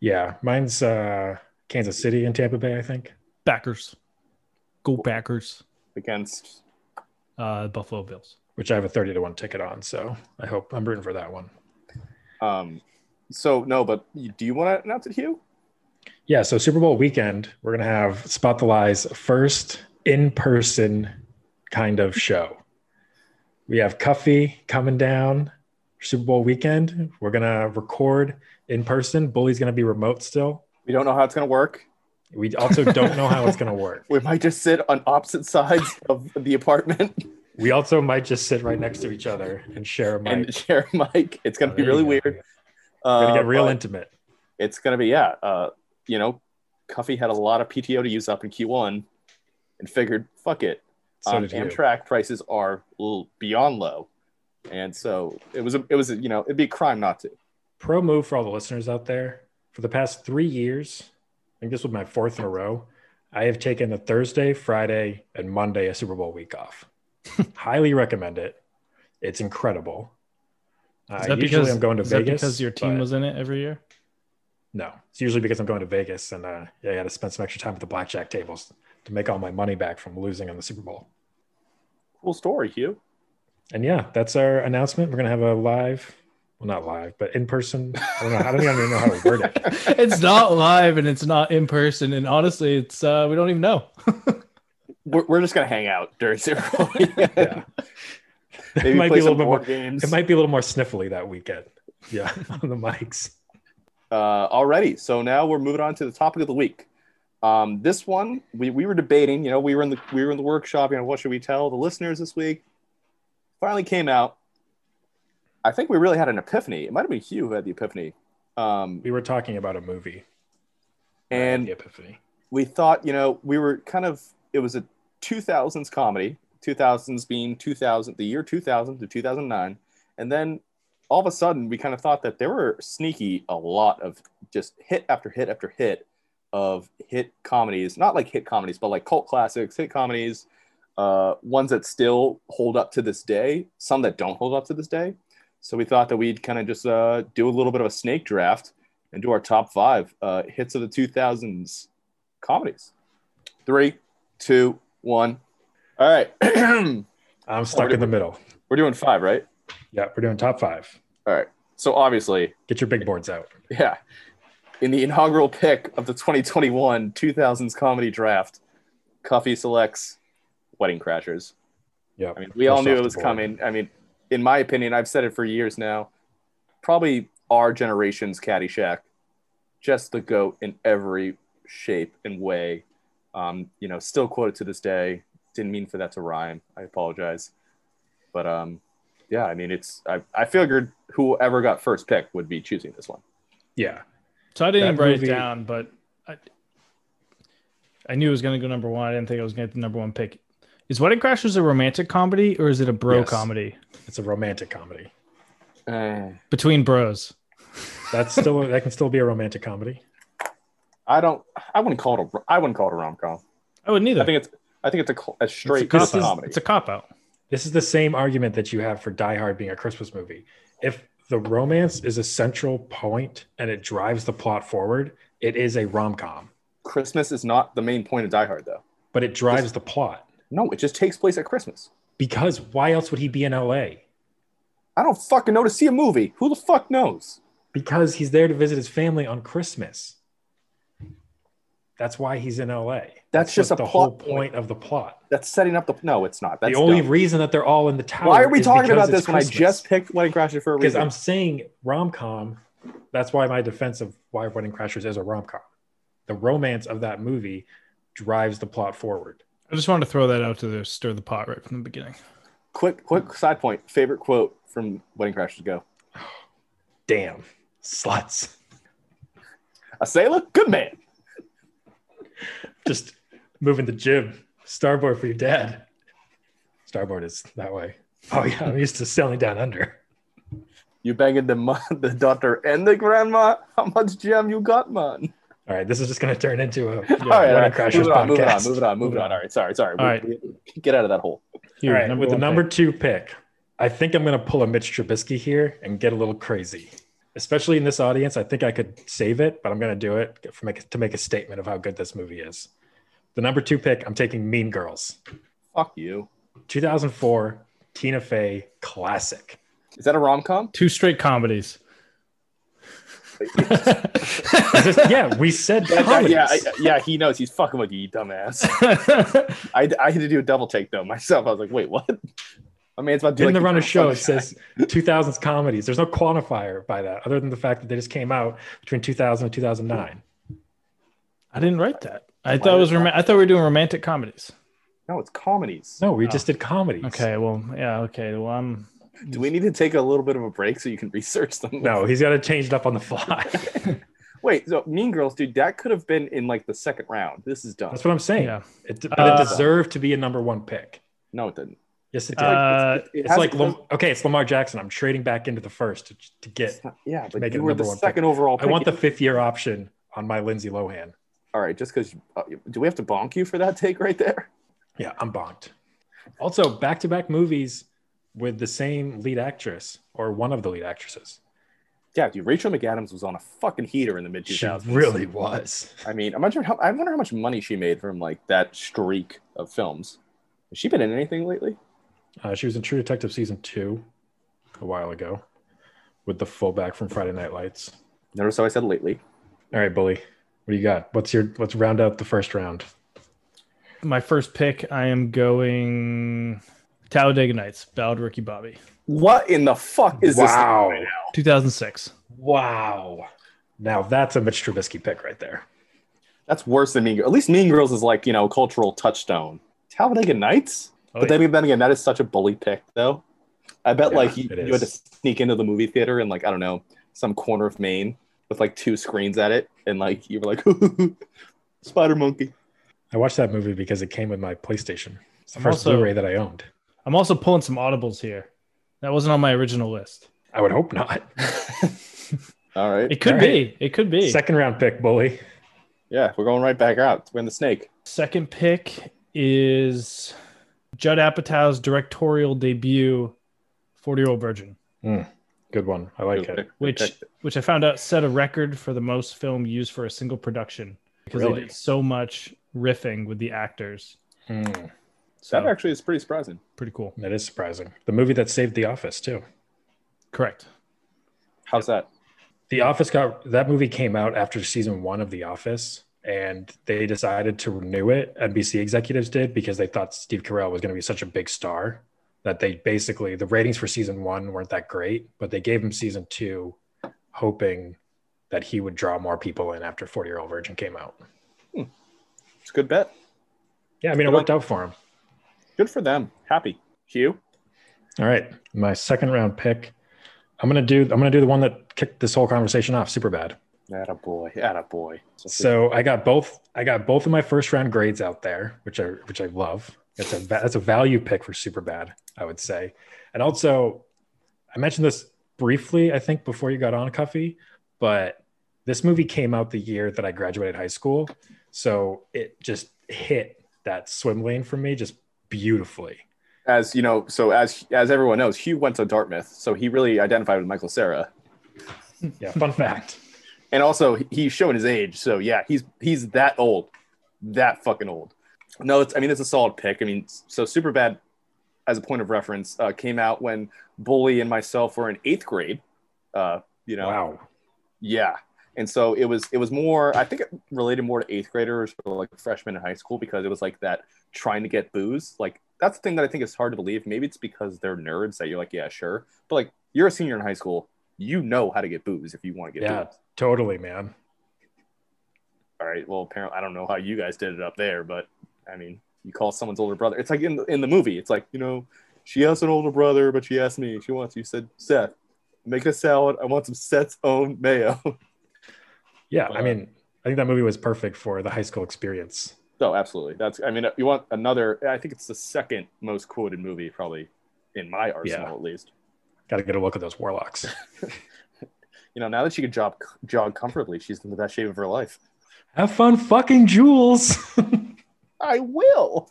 Speaker 2: yeah, mine's uh Kansas City and Tampa Bay, I think.
Speaker 3: backers go backers
Speaker 1: against
Speaker 3: uh buffalo bills
Speaker 2: Which I have a thirty to one ticket on, so I hope I'm rooting for that one.
Speaker 1: um so no but you- do you want to announce it hugh
Speaker 2: Yeah, so Super Bowl weekend, we're gonna have Spot the Lies first in-person kind of show. We have Cuffy coming down for Super Bowl weekend. We're gonna record in person. Bully's gonna be remote still.
Speaker 1: we don't know how it's going to work
Speaker 2: We also don't know how it's gonna work.
Speaker 1: we might just sit on opposite sides of the apartment
Speaker 2: We also might just sit right next to each other and share a mic.
Speaker 1: and share a mic it's going to be really weird
Speaker 2: We're gonna
Speaker 1: uh,
Speaker 2: get real
Speaker 1: but
Speaker 2: intimate.
Speaker 1: it's going to be yeah uh you know cuffy had a lot of pto to use up in q1 and figured fuck it
Speaker 2: So
Speaker 1: um,
Speaker 2: did you.
Speaker 1: amtrak prices are l- beyond low and so it was a, it was a, you know it'd be a crime not to
Speaker 2: Pro move for all the listeners out there. For the past three years, I think this was my fourth in a row. I have taken the Thursday, Friday, and Monday a Super Bowl week off. Highly recommend it. It's incredible. Uh,
Speaker 3: Is that
Speaker 2: usually
Speaker 3: because
Speaker 2: I'm going to
Speaker 3: is
Speaker 2: Vegas
Speaker 3: that because your team
Speaker 2: but
Speaker 3: was in it every year?
Speaker 2: no. It's usually because I'm going to Vegas and uh, yeah, I got to spend some extra time at the blackjack tables to make all my money back from losing on the Super Bowl.
Speaker 1: cool story hugh
Speaker 2: and yeah, that's our announcement. We're gonna have a live, well, not live, but in person. I don't know. I don't even know how to word it.
Speaker 3: it's not live and it's not in person. And honestly, it's uh, we don't even know.
Speaker 1: we're, we're just going to hang out during zero
Speaker 2: Yeah.
Speaker 1: Maybe
Speaker 2: it might
Speaker 1: play
Speaker 2: be a little
Speaker 1: some
Speaker 2: bit
Speaker 1: board
Speaker 2: more.
Speaker 1: games.
Speaker 2: It might be a little more sniffly that weekend. Yeah, on the mics.
Speaker 1: uh, already. So now we're moving on to the topic of the week. Um, this one we, we were debating. You know, we were in the we were in the workshop. You know, what should we tell the listeners this week? Finally came out. I think we really had an epiphany. It might have been Hugh who had the epiphany, um,
Speaker 2: We were talking about a movie.
Speaker 1: and
Speaker 2: the epiphany.
Speaker 1: we thought, you know, we were kind of it was a 2000s comedy, 2000s being 2000, the year 2000 to 2009, and then all of a sudden we kind of thought that there were sneaky a lot of just hit after hit after hit of hit comedies, not like hit comedies, but like cult classics, hit comedies, uh, ones that still hold up to this day, some that don't hold up to this day. So we thought that we'd kind of just uh, do a little bit of a snake draft and do our top five uh, hits of the 2000s comedies. Three, two, one. All right.
Speaker 2: I'm stuck
Speaker 1: Already-
Speaker 2: in the middle.
Speaker 1: We're doing five, right?
Speaker 2: Yeah, we're doing top five.
Speaker 1: All right. So obviously,
Speaker 2: Get your big boards out.
Speaker 1: yeah, in the inaugural pick of the 2021 2000s comedy draft, Cuffy selects Wedding Crashers.
Speaker 2: Yeah.
Speaker 1: I mean, we all knew it was coming. I mean, in my opinion, I've said it for years now. Probably our generation's Caddyshack, just the goat in every shape and way. Um, you know, still quoted to this day. Didn't mean for that to rhyme. I apologize, but um, yeah, I mean, it's I, I figured whoever got first pick would be choosing this one.
Speaker 2: Yeah.
Speaker 3: So I didn't
Speaker 2: That
Speaker 3: write
Speaker 2: movie-
Speaker 3: it down, but I, I knew it was going to go number one. I didn't think I was going to get the number one pick. Is Wedding Crashers a romantic comedy or is it a bro
Speaker 2: Yes.
Speaker 3: comedy
Speaker 2: It's a romantic comedy.
Speaker 1: Eh,
Speaker 3: between bros?
Speaker 2: That's still that can still be a romantic comedy.
Speaker 1: I don't. I wouldn't call it a. I wouldn't call it a rom com.
Speaker 3: I wouldn't either.
Speaker 1: I think it's. I think it's a, cl- a straight
Speaker 3: it's a cop,
Speaker 1: comedy.
Speaker 3: It's a cop out.
Speaker 2: This is the same argument that you have for Die Hard being a Christmas movie. If the romance is a central point and it drives the plot forward, it is a rom com,
Speaker 1: Christmas is not the main point of Die Hard, though.
Speaker 2: but it drives the plot
Speaker 1: No, it just takes place at Christmas.
Speaker 2: because why else would he be in LA?
Speaker 1: I don't fucking know to see a movie. Who the fuck knows?
Speaker 2: Because he's there to visit his family on Christmas. That's why he's in LA.
Speaker 1: That's just
Speaker 2: what
Speaker 1: a
Speaker 2: the
Speaker 1: plot
Speaker 2: whole point of the plot.
Speaker 1: That's setting up the. No, it's not. That's
Speaker 2: the only
Speaker 1: dumb.
Speaker 2: reason that they're all in the tower.
Speaker 1: Why are we
Speaker 2: is
Speaker 1: talking
Speaker 2: because
Speaker 1: about
Speaker 2: it's
Speaker 1: this when I
Speaker 2: Christmas.
Speaker 1: just picked Wedding Crashers for a
Speaker 2: because
Speaker 1: reason?
Speaker 2: I'm saying rom com. That's why my defense of why Wedding Crashers is a rom com. The romance of that movie drives the plot forward.
Speaker 3: I just wanted to throw that out to the, stir the pot right from the beginning.
Speaker 1: quick, quick side point. Favorite quote from Wedding Crashers? Go.
Speaker 2: Damn, sluts.
Speaker 1: A sailor, good man.
Speaker 2: Just moving the jib. Starboard for your dad. Starboard is that way. Oh yeah, I'm used to sailing down under.
Speaker 1: You banging the mo- the daughter and the grandma. How much jam you got, man?
Speaker 2: All right, this is just going to turn into a
Speaker 1: all right,
Speaker 2: Wedding
Speaker 1: all right.
Speaker 2: Crashers
Speaker 1: Moving on, moving on,
Speaker 2: podcast.
Speaker 1: moving on, moving
Speaker 3: Moving
Speaker 1: on. All right, sorry, sorry.
Speaker 3: All right.
Speaker 1: We- get out of that hole.
Speaker 2: All
Speaker 3: Here,
Speaker 2: right, with the
Speaker 3: one
Speaker 2: number
Speaker 3: pick.
Speaker 2: two pick, I think I'm going to pull a Mitch Trubisky here and get a little crazy. Especially in this audience, I think I could save it, but I'm going to do it for make, to make a statement of how good this movie is. The number two pick, I'm taking Mean Girls,
Speaker 1: Fuck you.
Speaker 2: 2004 Tina Fey classic.
Speaker 1: Is that a rom com?
Speaker 3: two straight comedies.
Speaker 2: Is this- yeah, we said comedies.
Speaker 1: yeah, I- yeah. He knows. He's fucking with you, you dumbass. I, I had to do a double take though myself. I was like, wait, what? I mean, it's about
Speaker 2: in
Speaker 1: doing
Speaker 2: the runner show, it says 2000s comedies. There's no quantifier by that, other than the fact that they just came out between 2000 and 2009.
Speaker 3: I didn't write that. I thought it was. Rom- I thought we were doing romantic comedies.
Speaker 1: no, it's comedies.
Speaker 2: No, we
Speaker 3: Oh.
Speaker 2: just did comedies.
Speaker 3: Okay. Well, yeah. Okay. Well, I'm.
Speaker 1: Do we need to take a little bit of a break so you can research them?
Speaker 2: No, he's got to change it up on the fly.
Speaker 1: Wait, so Mean Girls, dude, that could have been in like the second round. This is dumb.
Speaker 2: That's what I'm saying.
Speaker 3: Yeah.
Speaker 2: It, but
Speaker 3: Uh,
Speaker 2: it deserved to be a number one pick.
Speaker 1: No, it didn't.
Speaker 2: Yes, it did.
Speaker 1: like-
Speaker 3: Uh,
Speaker 1: it- it
Speaker 2: it's
Speaker 1: has-
Speaker 2: like Lam- okay, it's Lamar Jackson. I'm trading back into the first to, to get.
Speaker 1: it's not- yeah, but
Speaker 2: Make it
Speaker 1: you were
Speaker 2: number
Speaker 1: the
Speaker 2: one pick.
Speaker 1: second overall.
Speaker 2: I
Speaker 1: Pick.
Speaker 2: want the fifth year option on my Lindsay Lohan.
Speaker 1: All right, just because. Uh, do we have to bonk you for that take right there?
Speaker 2: Yeah, I'm bonked. Also, back to back movies with the same lead actress or one of the lead actresses.
Speaker 1: Yeah, dude. Rachel McAdams was on a fucking heater in the mid
Speaker 2: She
Speaker 1: 2000s.
Speaker 2: really was.
Speaker 1: I mean, I'm not sure how. I wonder how much money she made from like that streak of films. Has she been in anything lately?
Speaker 2: Uh, she was in True Detective season two a while ago with the fullback from Friday Night Lights.
Speaker 1: Notice how I said lately.
Speaker 2: All right, bully. What do you got? What's your let's round out the first round.
Speaker 3: my first pick. I am going Talladega Nights. Ballad Ricky Bobby.
Speaker 1: What in the fuck is this?
Speaker 2: wow.
Speaker 3: 2006.
Speaker 2: Wow. Now that's a Mitch Trubisky pick right there.
Speaker 1: That's worse than Mean Girls. At least Mean Girls is like, you know, cultural touchstone. Talladega Nights?
Speaker 3: Oh,
Speaker 1: but then, then again, that is such a bully pick, though. I bet,
Speaker 2: Yeah,
Speaker 1: like, you,
Speaker 2: it
Speaker 1: you had to
Speaker 2: is.
Speaker 1: sneak into the movie theater in, like, I don't know, some corner of Maine with, like, two screens at it. And, like, you were like, Spider Monkey.
Speaker 2: I watched that movie because it came with my PlayStation. It's the
Speaker 3: I'm
Speaker 2: first
Speaker 3: also-
Speaker 2: Blu-ray that I owned.
Speaker 3: I'm also pulling some audibles here. That wasn't on my original list.
Speaker 2: I would hope not.
Speaker 1: All right.
Speaker 3: It could
Speaker 2: All
Speaker 3: be. It could be.
Speaker 2: Second round pick, bully.
Speaker 1: Yeah, we're going right back out. We're in the snake.
Speaker 3: Second pick is Judd Apatow's directorial debut, 40 Year Old Virgin,
Speaker 2: Good one. I like it.
Speaker 3: which which I found out set a record for the most film used for a single production because
Speaker 2: Really?
Speaker 3: they did so much riffing with the actors.
Speaker 2: Hmm,
Speaker 3: So
Speaker 1: That actually is pretty surprising.
Speaker 3: pretty cool.
Speaker 2: that is surprising. The movie that saved The Office too.
Speaker 3: Correct.
Speaker 1: How's that?
Speaker 2: The Office got that movie came out after season one of The Office, and they decided to renew it. NBC executives did because they thought Steve Carell was going to be such a big star that they basically the ratings for season one weren't that great, but they gave him season two, hoping that he would draw more people in after Forty Year Old Virgin came out.
Speaker 1: It's a good bet.
Speaker 2: Yeah, I mean it worked out for him.
Speaker 1: Good for them. Happy. Hugh.
Speaker 2: All right, my second round pick. I'm gonna do. I'm gonna do the one that kicked this whole conversation off. Super bad.
Speaker 1: Atta boy. Atta boy.
Speaker 2: So I got both. I got both of my first round grades out there, which I which I love. That's a va- that's a value pick for super bad, I would say. And also, I mentioned this briefly, I think, before you got on, Cuffy, but this movie came out the year that I graduated high school, so it just hit that swim lane for me just beautifully.
Speaker 1: as you know, so as as everyone knows, Hugh went to Dartmouth, so he really identified with Michael Sarah.
Speaker 2: Yeah, fun fact.
Speaker 1: And also he's showing his age, so yeah, he's he's that old. That fucking old. No, it's I mean it's a solid pick. I mean, so super bad as a point of reference, uh, came out when Bully and myself were in eighth grade. Uh, you know,
Speaker 2: Wow.
Speaker 1: Yeah. And so it was it was more I think it related more to eighth graders or like freshmen in high school because it was like that trying to get booze. Like that's the thing that I think is hard to believe. Maybe it's because they're nerds that you're like, yeah, sure. But like you're a senior in high school, you know how to get booze if you want to get
Speaker 2: Yeah.
Speaker 1: booze.
Speaker 2: Totally, man.
Speaker 1: All right. Well, apparently I don't know how you guys did it up there, but I mean, you call someone's older brother. It's like in the, in the movie. It's like, you know, she has an older brother, but she asked me. She wants you said, Seth, make a salad. I want some Seth's own mayo.
Speaker 2: Yeah, I
Speaker 1: Wow.
Speaker 2: mean, I think that movie was perfect for the high school experience.
Speaker 1: No, Oh, absolutely. That's. I mean, uh, you want another? I think it's the second most quoted movie, probably in my arsenal
Speaker 2: Yeah.
Speaker 1: at least.
Speaker 2: Got to get a look at those warlocks.
Speaker 1: You know, now that she can jog jog comfortably, she's in the best shape of her life.
Speaker 2: Have fun fucking jewels.
Speaker 1: I will.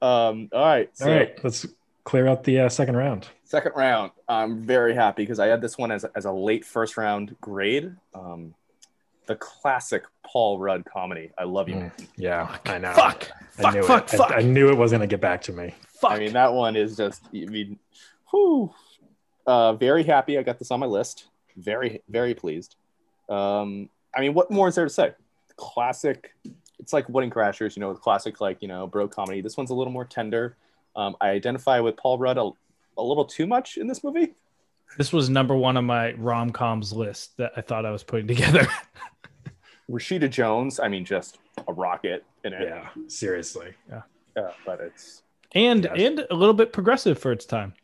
Speaker 1: Um. All right. So
Speaker 2: All right, let's clear out the uh, second round.
Speaker 1: second round. I'm very happy because I had this one as as a late first round grade. Um, the classic Paul Rudd comedy. I love you.
Speaker 2: Mm.
Speaker 1: man.
Speaker 2: Yeah, I know.
Speaker 3: Fuck.
Speaker 2: I
Speaker 3: Fuck,
Speaker 2: knew
Speaker 3: fuck,
Speaker 2: it. I-
Speaker 3: fuck.
Speaker 2: I, knew it was gonna get back to me.
Speaker 3: Fuck.
Speaker 1: I mean, that one is just. I mean, whew. Uh, very happy I got this on my list. Very, very pleased. Um, I mean, what more is there to say? Classic. It's like Wedding Crashers, you know, classic like you know bro comedy. This one's a little more tender. Um, I identify with Paul Rudd a, a little too much in this movie.
Speaker 3: this was number one on my rom coms list that I thought I was putting together.
Speaker 1: Rashida Jones, I mean, just a rocket in it.
Speaker 2: Yeah, seriously.
Speaker 1: Uh, but it's
Speaker 3: and
Speaker 2: Yes.
Speaker 3: and a little bit progressive for its time.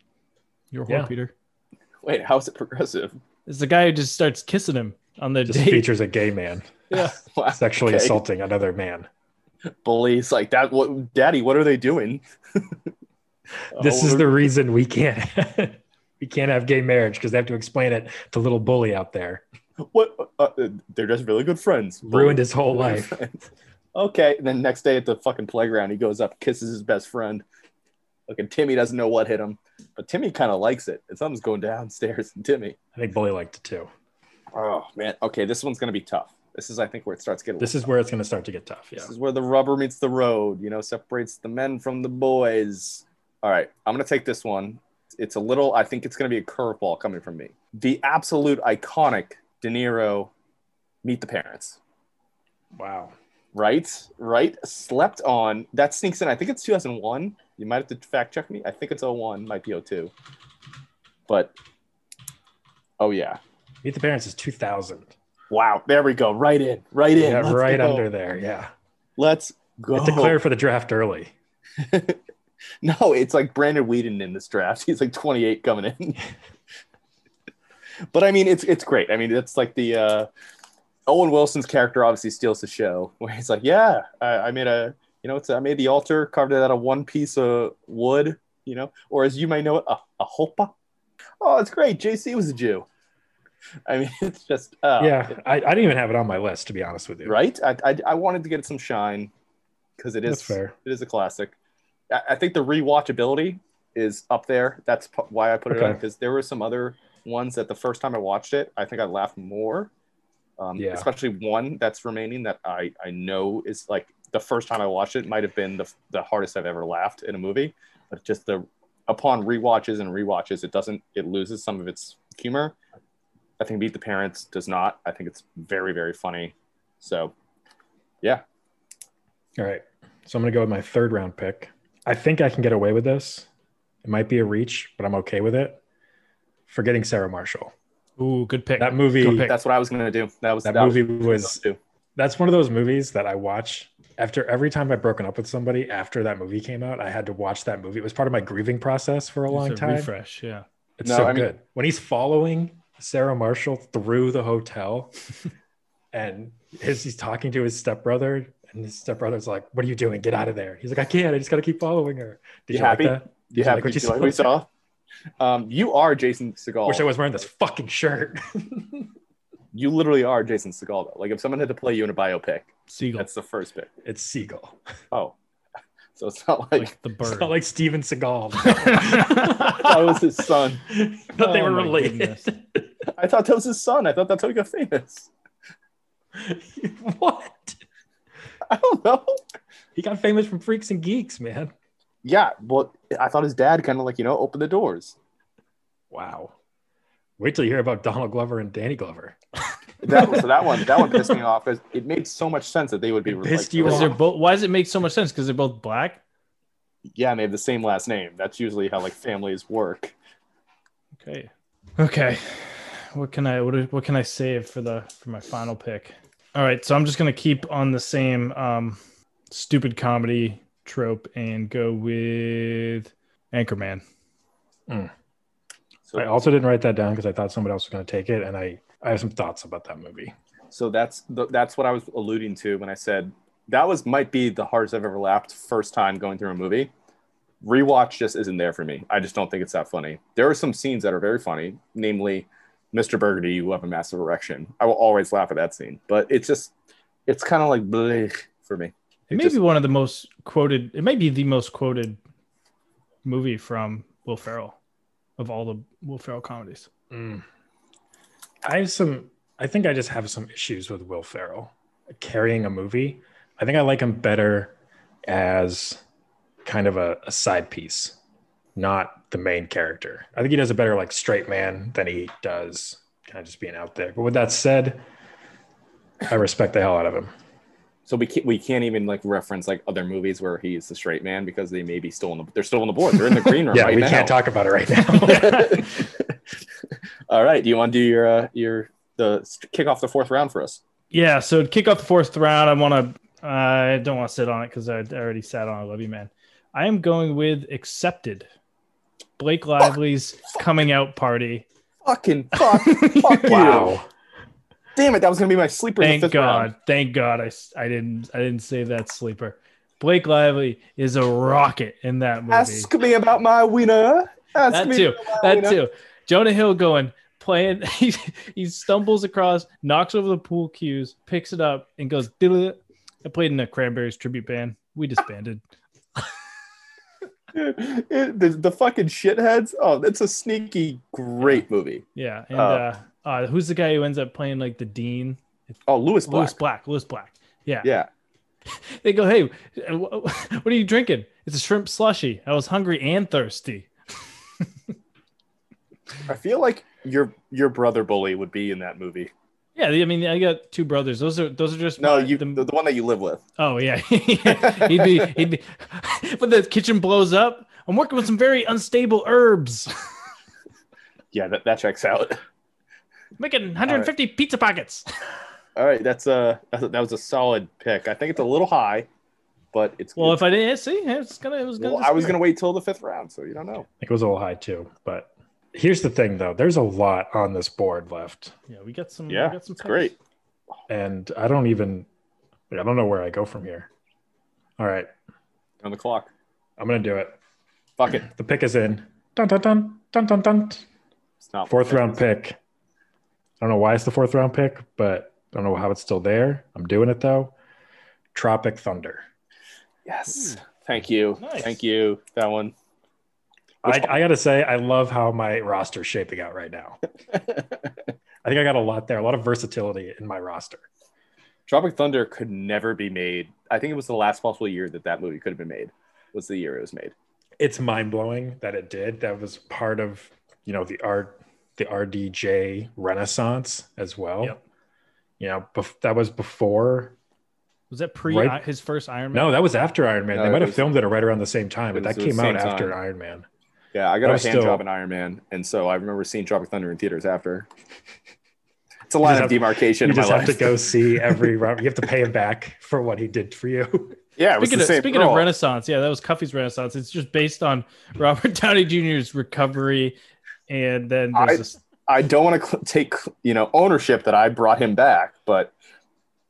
Speaker 3: You're a whore,
Speaker 2: Yeah.
Speaker 3: Peter.
Speaker 1: wait, how is it progressive?
Speaker 3: It's the guy who just starts kissing him on the
Speaker 2: Just
Speaker 3: date.
Speaker 2: features a gay man
Speaker 3: Yeah.
Speaker 1: Wow,
Speaker 2: sexually
Speaker 1: okay.
Speaker 2: assaulting another man.
Speaker 1: Bullies like that. What, Daddy? What are they doing?
Speaker 2: This
Speaker 1: Oh,
Speaker 2: is the reason we can't we can't have gay marriage because they have to explain it to little bully out there.
Speaker 1: What? Uh, they're just really good friends.
Speaker 2: Ruined his whole life.
Speaker 1: okay. And then next day at the fucking playground, he goes up, kisses his best friend. Fucking Timmy doesn't know what hit him, but Timmy kind of likes it. And something's going downstairs in Timmy.
Speaker 2: I think bully liked it too.
Speaker 1: Oh man. Okay, this one's gonna be tough. This is, I think, where it starts getting.
Speaker 2: This is where it's gonna start to get tough. Yeah.
Speaker 1: This is where the rubber meets the road. You know, separates the men from the boys. All right, I'm gonna take this one. It's a little. I think it's gonna be a curveball coming from me. The absolute iconic De Niro, meet the parents.
Speaker 2: Wow.
Speaker 1: Right, right. Slept on. That sneaks in. I think it's 2001. You might have to fact check me. I think it's 01, might be 02. But oh yeah.
Speaker 2: Meet the Parents is 2000.
Speaker 1: Wow, there we go. Right in. Right in.
Speaker 2: Yeah,
Speaker 1: Let's
Speaker 2: right
Speaker 1: go.
Speaker 2: under there. Yeah.
Speaker 1: Let's go.
Speaker 2: It declared for the draft early.
Speaker 1: no, it's like Brandon Whedon in this draft. He's like 28 coming in. but I mean, it's it's great. I mean, it's like the uh, Owen Wilson's character obviously steals the show, where he's like, "Yeah, I, I made a you know, it's I made the altar, carved it out of one piece of wood, you know, or as you may know it, a, a hopa." Oh, it's great. JC was a Jew. I mean, it's just uh,
Speaker 2: yeah. I, I didn't even have it on my list, to be honest with you.
Speaker 1: right. I, I I wanted to get some shine because it
Speaker 2: That's
Speaker 1: is
Speaker 2: fair.
Speaker 1: it is a classic. I, I think the rewatchability is up there. That's p- why I put it
Speaker 2: Okay.
Speaker 1: on because there were some other ones that the first time I watched it, I think I laughed more. Um,
Speaker 2: Yeah.
Speaker 1: Especially one that's remaining that I I know is like the first time I watched it might have been the the hardest I've ever laughed in a movie, but just the upon rewatches and rewatches, it doesn't it loses some of its humor. I think Meet the Parents does not. I think it's very, very funny. So,
Speaker 2: All right. So I'm going to go with my third round pick. I think I can get away with this. It might be a reach, but I'm okay with it. Forgetting Sarah Marshall.
Speaker 3: Ooh, good pick.
Speaker 2: That movie-
Speaker 3: Good pick.
Speaker 1: that's what I was gonna do. That was
Speaker 2: That
Speaker 1: was-
Speaker 2: movie was
Speaker 1: too.
Speaker 2: that's one of those movies that I watch after every time I've broken up with somebody after that movie came out. I had to watch that movie. It was part of my grieving process for a
Speaker 3: It's
Speaker 2: long time.
Speaker 3: Refresh, yeah.
Speaker 2: It's
Speaker 1: No,
Speaker 2: so
Speaker 1: I mean-
Speaker 2: good. When he's following Sarah Marshall through the hotel and his, he's talking to his stepbrother, and his stepbrother's like, What are you doing? Get out of there. He's like, I can't. I just got to keep following her. Did
Speaker 1: You
Speaker 2: you, like
Speaker 1: happy?
Speaker 2: that? Did
Speaker 1: You
Speaker 2: you
Speaker 1: have
Speaker 2: like what
Speaker 1: did
Speaker 2: you
Speaker 1: you like what you saw? Um, you are Jason
Speaker 2: Wish I
Speaker 1: Segal.
Speaker 2: was wearing this fucking shirt.
Speaker 1: You literally are Jason Segal though. Like if someone had to play you in a biopic,
Speaker 3: Seagull,
Speaker 1: that's the first pick.
Speaker 2: it's Seagull.
Speaker 1: Oh, so it's not like
Speaker 3: like the
Speaker 2: It's
Speaker 3: bird.
Speaker 2: not like Steven Seagal.
Speaker 1: that was his son.
Speaker 2: Thought they
Speaker 3: Oh
Speaker 2: were
Speaker 3: my
Speaker 2: related.
Speaker 3: goodness.
Speaker 1: I thought that was his son. I thought that's how he got famous.
Speaker 2: what?
Speaker 1: I don't know.
Speaker 2: He got famous from Freaks and Geeks, man.
Speaker 1: Yeah, well, I thought his dad kind of like you know opened the doors.
Speaker 2: Wow. Wait till you hear about Donald Glover and Danny Glover.
Speaker 1: That, so that one, that one pissed me off because it made so much sense that they would be
Speaker 2: It pissed
Speaker 1: like,
Speaker 2: you
Speaker 3: Because
Speaker 1: related.
Speaker 3: they're both. Why does it make so much sense? Because they're both black.
Speaker 1: Yeah, and they have the same last name. That's usually how like families work.
Speaker 3: Okay. Okay. What can I what what can I save for the for my final pick? All right, so I'm just gonna keep on the same um stupid comedy trope and go with Anchorman.
Speaker 1: So,
Speaker 2: I also didn't write that down because I thought somebody else was going to take it, and I I have some thoughts about that movie.
Speaker 1: so that's the, that's what I was alluding to when I said that was might be the hardest I've ever laughed first time going through a movie. Rewatch just isn't there for me. I just don't think it's that funny. There are some scenes that are very funny, namely Mr. Burgundy, you have a massive erection. I will always laugh at that scene, but it's just it's kind of like bleh for me.
Speaker 3: It may
Speaker 1: just-
Speaker 3: be one of the most quoted. It may be the most quoted movie from Will Ferrell of all the Will Ferrell comedies.
Speaker 1: Hmm.
Speaker 2: I have some. I think I just have some issues with Will Ferrell carrying a movie. I think I like him better as kind of a, a side piece, not the main character. I think he does a better like straight man than he does kind of just being out there. But with that said, I respect the hell out of him.
Speaker 1: So we can't we can't even like reference like other movies where he's the straight man because they may be still on the they're still on the board. They're in the green room.
Speaker 2: Yeah,
Speaker 1: right
Speaker 2: we
Speaker 1: now.
Speaker 2: can't talk about it right now.
Speaker 1: All right. Do you want to do your uh, your the kick off the fourth round for us?
Speaker 3: Yeah, so to kick off the fourth round, I want to. I don't want to sit on it because I already sat on. it. I love you, man. I am going with accepted. Blake Lively's coming out party.
Speaker 1: Fucking fuck! fuck you!
Speaker 2: wow.
Speaker 1: Damn it! That was gonna be my sleeper. in the
Speaker 3: Thank
Speaker 1: fifth
Speaker 3: God,
Speaker 1: round.
Speaker 3: thank God, I, s- I didn't I didn't save that sleeper. Blake Lively is a rocket in that movie.
Speaker 1: Ask me about my wiener. Ask
Speaker 3: that
Speaker 1: me
Speaker 3: too.
Speaker 1: about my
Speaker 3: That
Speaker 1: wiener.
Speaker 3: too. Jonah Hill going playing. He, he stumbles across, knocks over the pool cues, picks it up, and goes. "Diddle it." I played in a Cranberries tribute band. We disbanded.
Speaker 1: Dude, it- the, the fucking shitheads. Oh, that's a sneaky great movie.
Speaker 3: Yeah, and
Speaker 1: Oh.
Speaker 3: uh, uh, who's the guy who ends up playing like the dean?
Speaker 1: Oh, Lewis Black.
Speaker 3: Lewis Black. Lewis Black. Yeah.
Speaker 1: Yeah.
Speaker 3: They go, hey, uh, wh- what are you drinking? It's a shrimp slushy. I was hungry and thirsty.
Speaker 1: I feel like your your brother bully would be in that movie.
Speaker 3: Yeah, I mean, I got two brothers. Those are those are just
Speaker 1: No,
Speaker 3: my-
Speaker 1: you
Speaker 3: the-
Speaker 1: the, the one that you live with.
Speaker 3: Oh yeah, he'd be he'd be. when the kitchen blows up, I'm working with some very unstable herbs,
Speaker 1: Yeah, that, that checks out.
Speaker 3: making 150 pizza pockets.
Speaker 1: All right, that's a that's a- that was a solid pick. I think it's a little high, but it's
Speaker 3: Well, if I didn't see, it's gonna it was gonna.
Speaker 1: Well, I was
Speaker 3: disappear.
Speaker 1: gonna wait till the fifth round, so you don't know.
Speaker 2: I think it was a little high too. But here's the thing though, there's a lot on this board left.
Speaker 3: Yeah, we got some.
Speaker 1: Yeah,
Speaker 3: we got some
Speaker 1: it's great.
Speaker 2: and I don't even I don't know where I go from here. All right,
Speaker 1: On the clock.
Speaker 2: I'm gonna do it.
Speaker 1: Fuck it.
Speaker 2: The pick is in. Dun dun dun dun dun dun.
Speaker 1: It's not
Speaker 2: Fourth round pick. I don't know why it's the fourth round pick, but I don't know how it's still there. I'm doing it though. Tropic Thunder.
Speaker 1: Yes. Thank you.
Speaker 3: Hmm. Nice.
Speaker 1: Thank you. That one.
Speaker 2: I, I gotta say, I love how my roster's shaping out right now. I think I got a lot there, a lot of versatility in my roster.
Speaker 1: Tropic Thunder could never be made. I think it was the last possible year that that movie could have been made. Was the year it was made.
Speaker 2: it's mind blowing that it did. That was part of you know the art the RDJ renaissance as well.
Speaker 3: Yep.
Speaker 2: You know, bef- that was before.
Speaker 3: Was that pre
Speaker 2: Right-
Speaker 3: his first Iron Man?
Speaker 2: No, that was after Iron Man.
Speaker 1: No,
Speaker 2: they
Speaker 1: it
Speaker 2: might have
Speaker 1: was-
Speaker 2: filmed it right around the same time,
Speaker 1: it
Speaker 2: but
Speaker 1: was
Speaker 2: that
Speaker 1: the
Speaker 2: came out
Speaker 1: same
Speaker 2: after
Speaker 1: time.
Speaker 2: Iron Man.
Speaker 1: Yeah, I
Speaker 2: That
Speaker 1: got
Speaker 2: was
Speaker 1: a hand
Speaker 2: still-
Speaker 1: job in Iron Man, and so I remember seeing Tropic Thunder in theaters after. It's a
Speaker 2: just
Speaker 1: line
Speaker 2: have-
Speaker 1: of demarcation
Speaker 2: You
Speaker 1: in my
Speaker 2: just have
Speaker 1: life.
Speaker 2: to go see every round. You have to pay him back for what he did for you.
Speaker 1: Yeah, it was
Speaker 3: Speaking,
Speaker 1: the
Speaker 3: of,
Speaker 1: same
Speaker 3: speaking
Speaker 1: girl.
Speaker 3: of Renaissance, yeah, that was Cuffy's Renaissance. It's just based on Robert Downey Jr.'s recovery, and then
Speaker 1: I-
Speaker 3: there's this,
Speaker 1: I don't want to cl- take you know ownership that I brought him back, but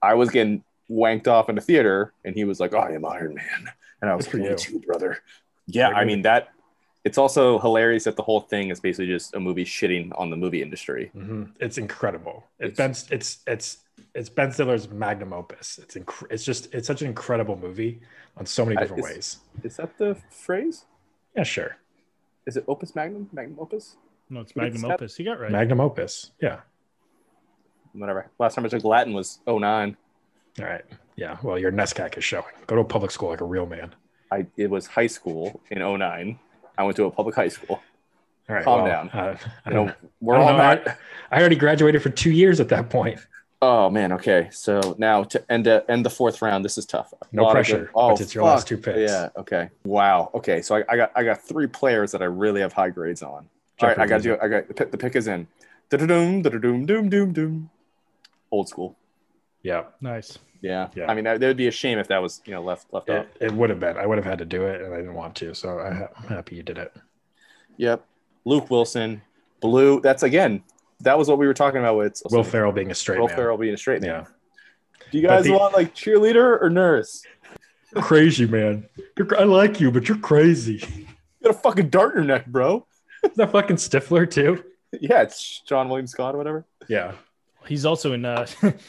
Speaker 1: I was getting wanked off in the theater, and he was like, "I am Iron Man," and I was
Speaker 2: Good for
Speaker 1: like,
Speaker 2: you.
Speaker 1: "Me too, brother." Yeah,
Speaker 2: Good.
Speaker 1: I mean that. It's also hilarious that the whole thing is basically just a movie shitting on the movie industry.
Speaker 2: Mhm. It's incredible. It's
Speaker 1: It's-
Speaker 2: Ben. It's it's it's Ben Stiller's magnum opus. It's inc- It's just it's such an incredible movie on so many
Speaker 1: I-
Speaker 2: different
Speaker 1: it's-
Speaker 2: ways.
Speaker 1: Is that the phrase?
Speaker 2: Yeah, sure.
Speaker 1: Is it opus magnum? Magnum opus?
Speaker 3: no, it's Magnum
Speaker 1: Step-
Speaker 3: Opus. He got right.
Speaker 2: Magnum opus. Yeah.
Speaker 1: Whatever. Last time I took Latin was 09.
Speaker 2: All right. Yeah. Well, your NESCAC is showing. Go to a public school like a real man.
Speaker 1: I it was high school in 09. I went to a public high school.
Speaker 2: All right.
Speaker 1: Calm
Speaker 2: well,
Speaker 1: down.
Speaker 2: Uh, I
Speaker 1: You
Speaker 2: don't
Speaker 1: know, we're
Speaker 2: I don't
Speaker 1: all
Speaker 2: know,
Speaker 1: not.
Speaker 2: I already graduated for two years at that point.
Speaker 1: Oh man, okay. So now to end uh, end the fourth round, this is tough. A
Speaker 2: No
Speaker 1: lot of
Speaker 2: pressure.
Speaker 1: good- Oh,
Speaker 2: but it's your last
Speaker 1: fuck.
Speaker 2: two picks.
Speaker 1: Yeah. Okay. Wow. Okay. So I, I got I got three players that I really have high grades on. All right. I got to do. it. I got the pick. The pick is in. Da-da-doom, da-da-doom, doom, doom, doom. Old school.
Speaker 2: Yeah.
Speaker 3: Nice.
Speaker 1: Yeah.
Speaker 2: Yeah.
Speaker 1: I mean, that, that would be a shame if that was you know left left out.
Speaker 2: It, it would have been. I would have had to do it, and I didn't want to. So I, ha- I'm happy you did it.
Speaker 1: Yep. Luke Wilson, blue. That's again. That was what we were talking about with
Speaker 2: Will Ferrell being a straight
Speaker 1: Will
Speaker 2: man.
Speaker 1: Ferrell being a straight man.
Speaker 2: Yeah.
Speaker 1: Do you guys
Speaker 2: But the-
Speaker 1: want like cheerleader or nurse?
Speaker 2: crazy man. You're, I like you, but you're crazy.
Speaker 1: You got a fucking dart in your neck, bro.
Speaker 2: Is that fucking Stifler too?
Speaker 1: yeah, it's John William Scott or whatever.
Speaker 2: Yeah.
Speaker 3: He's also in a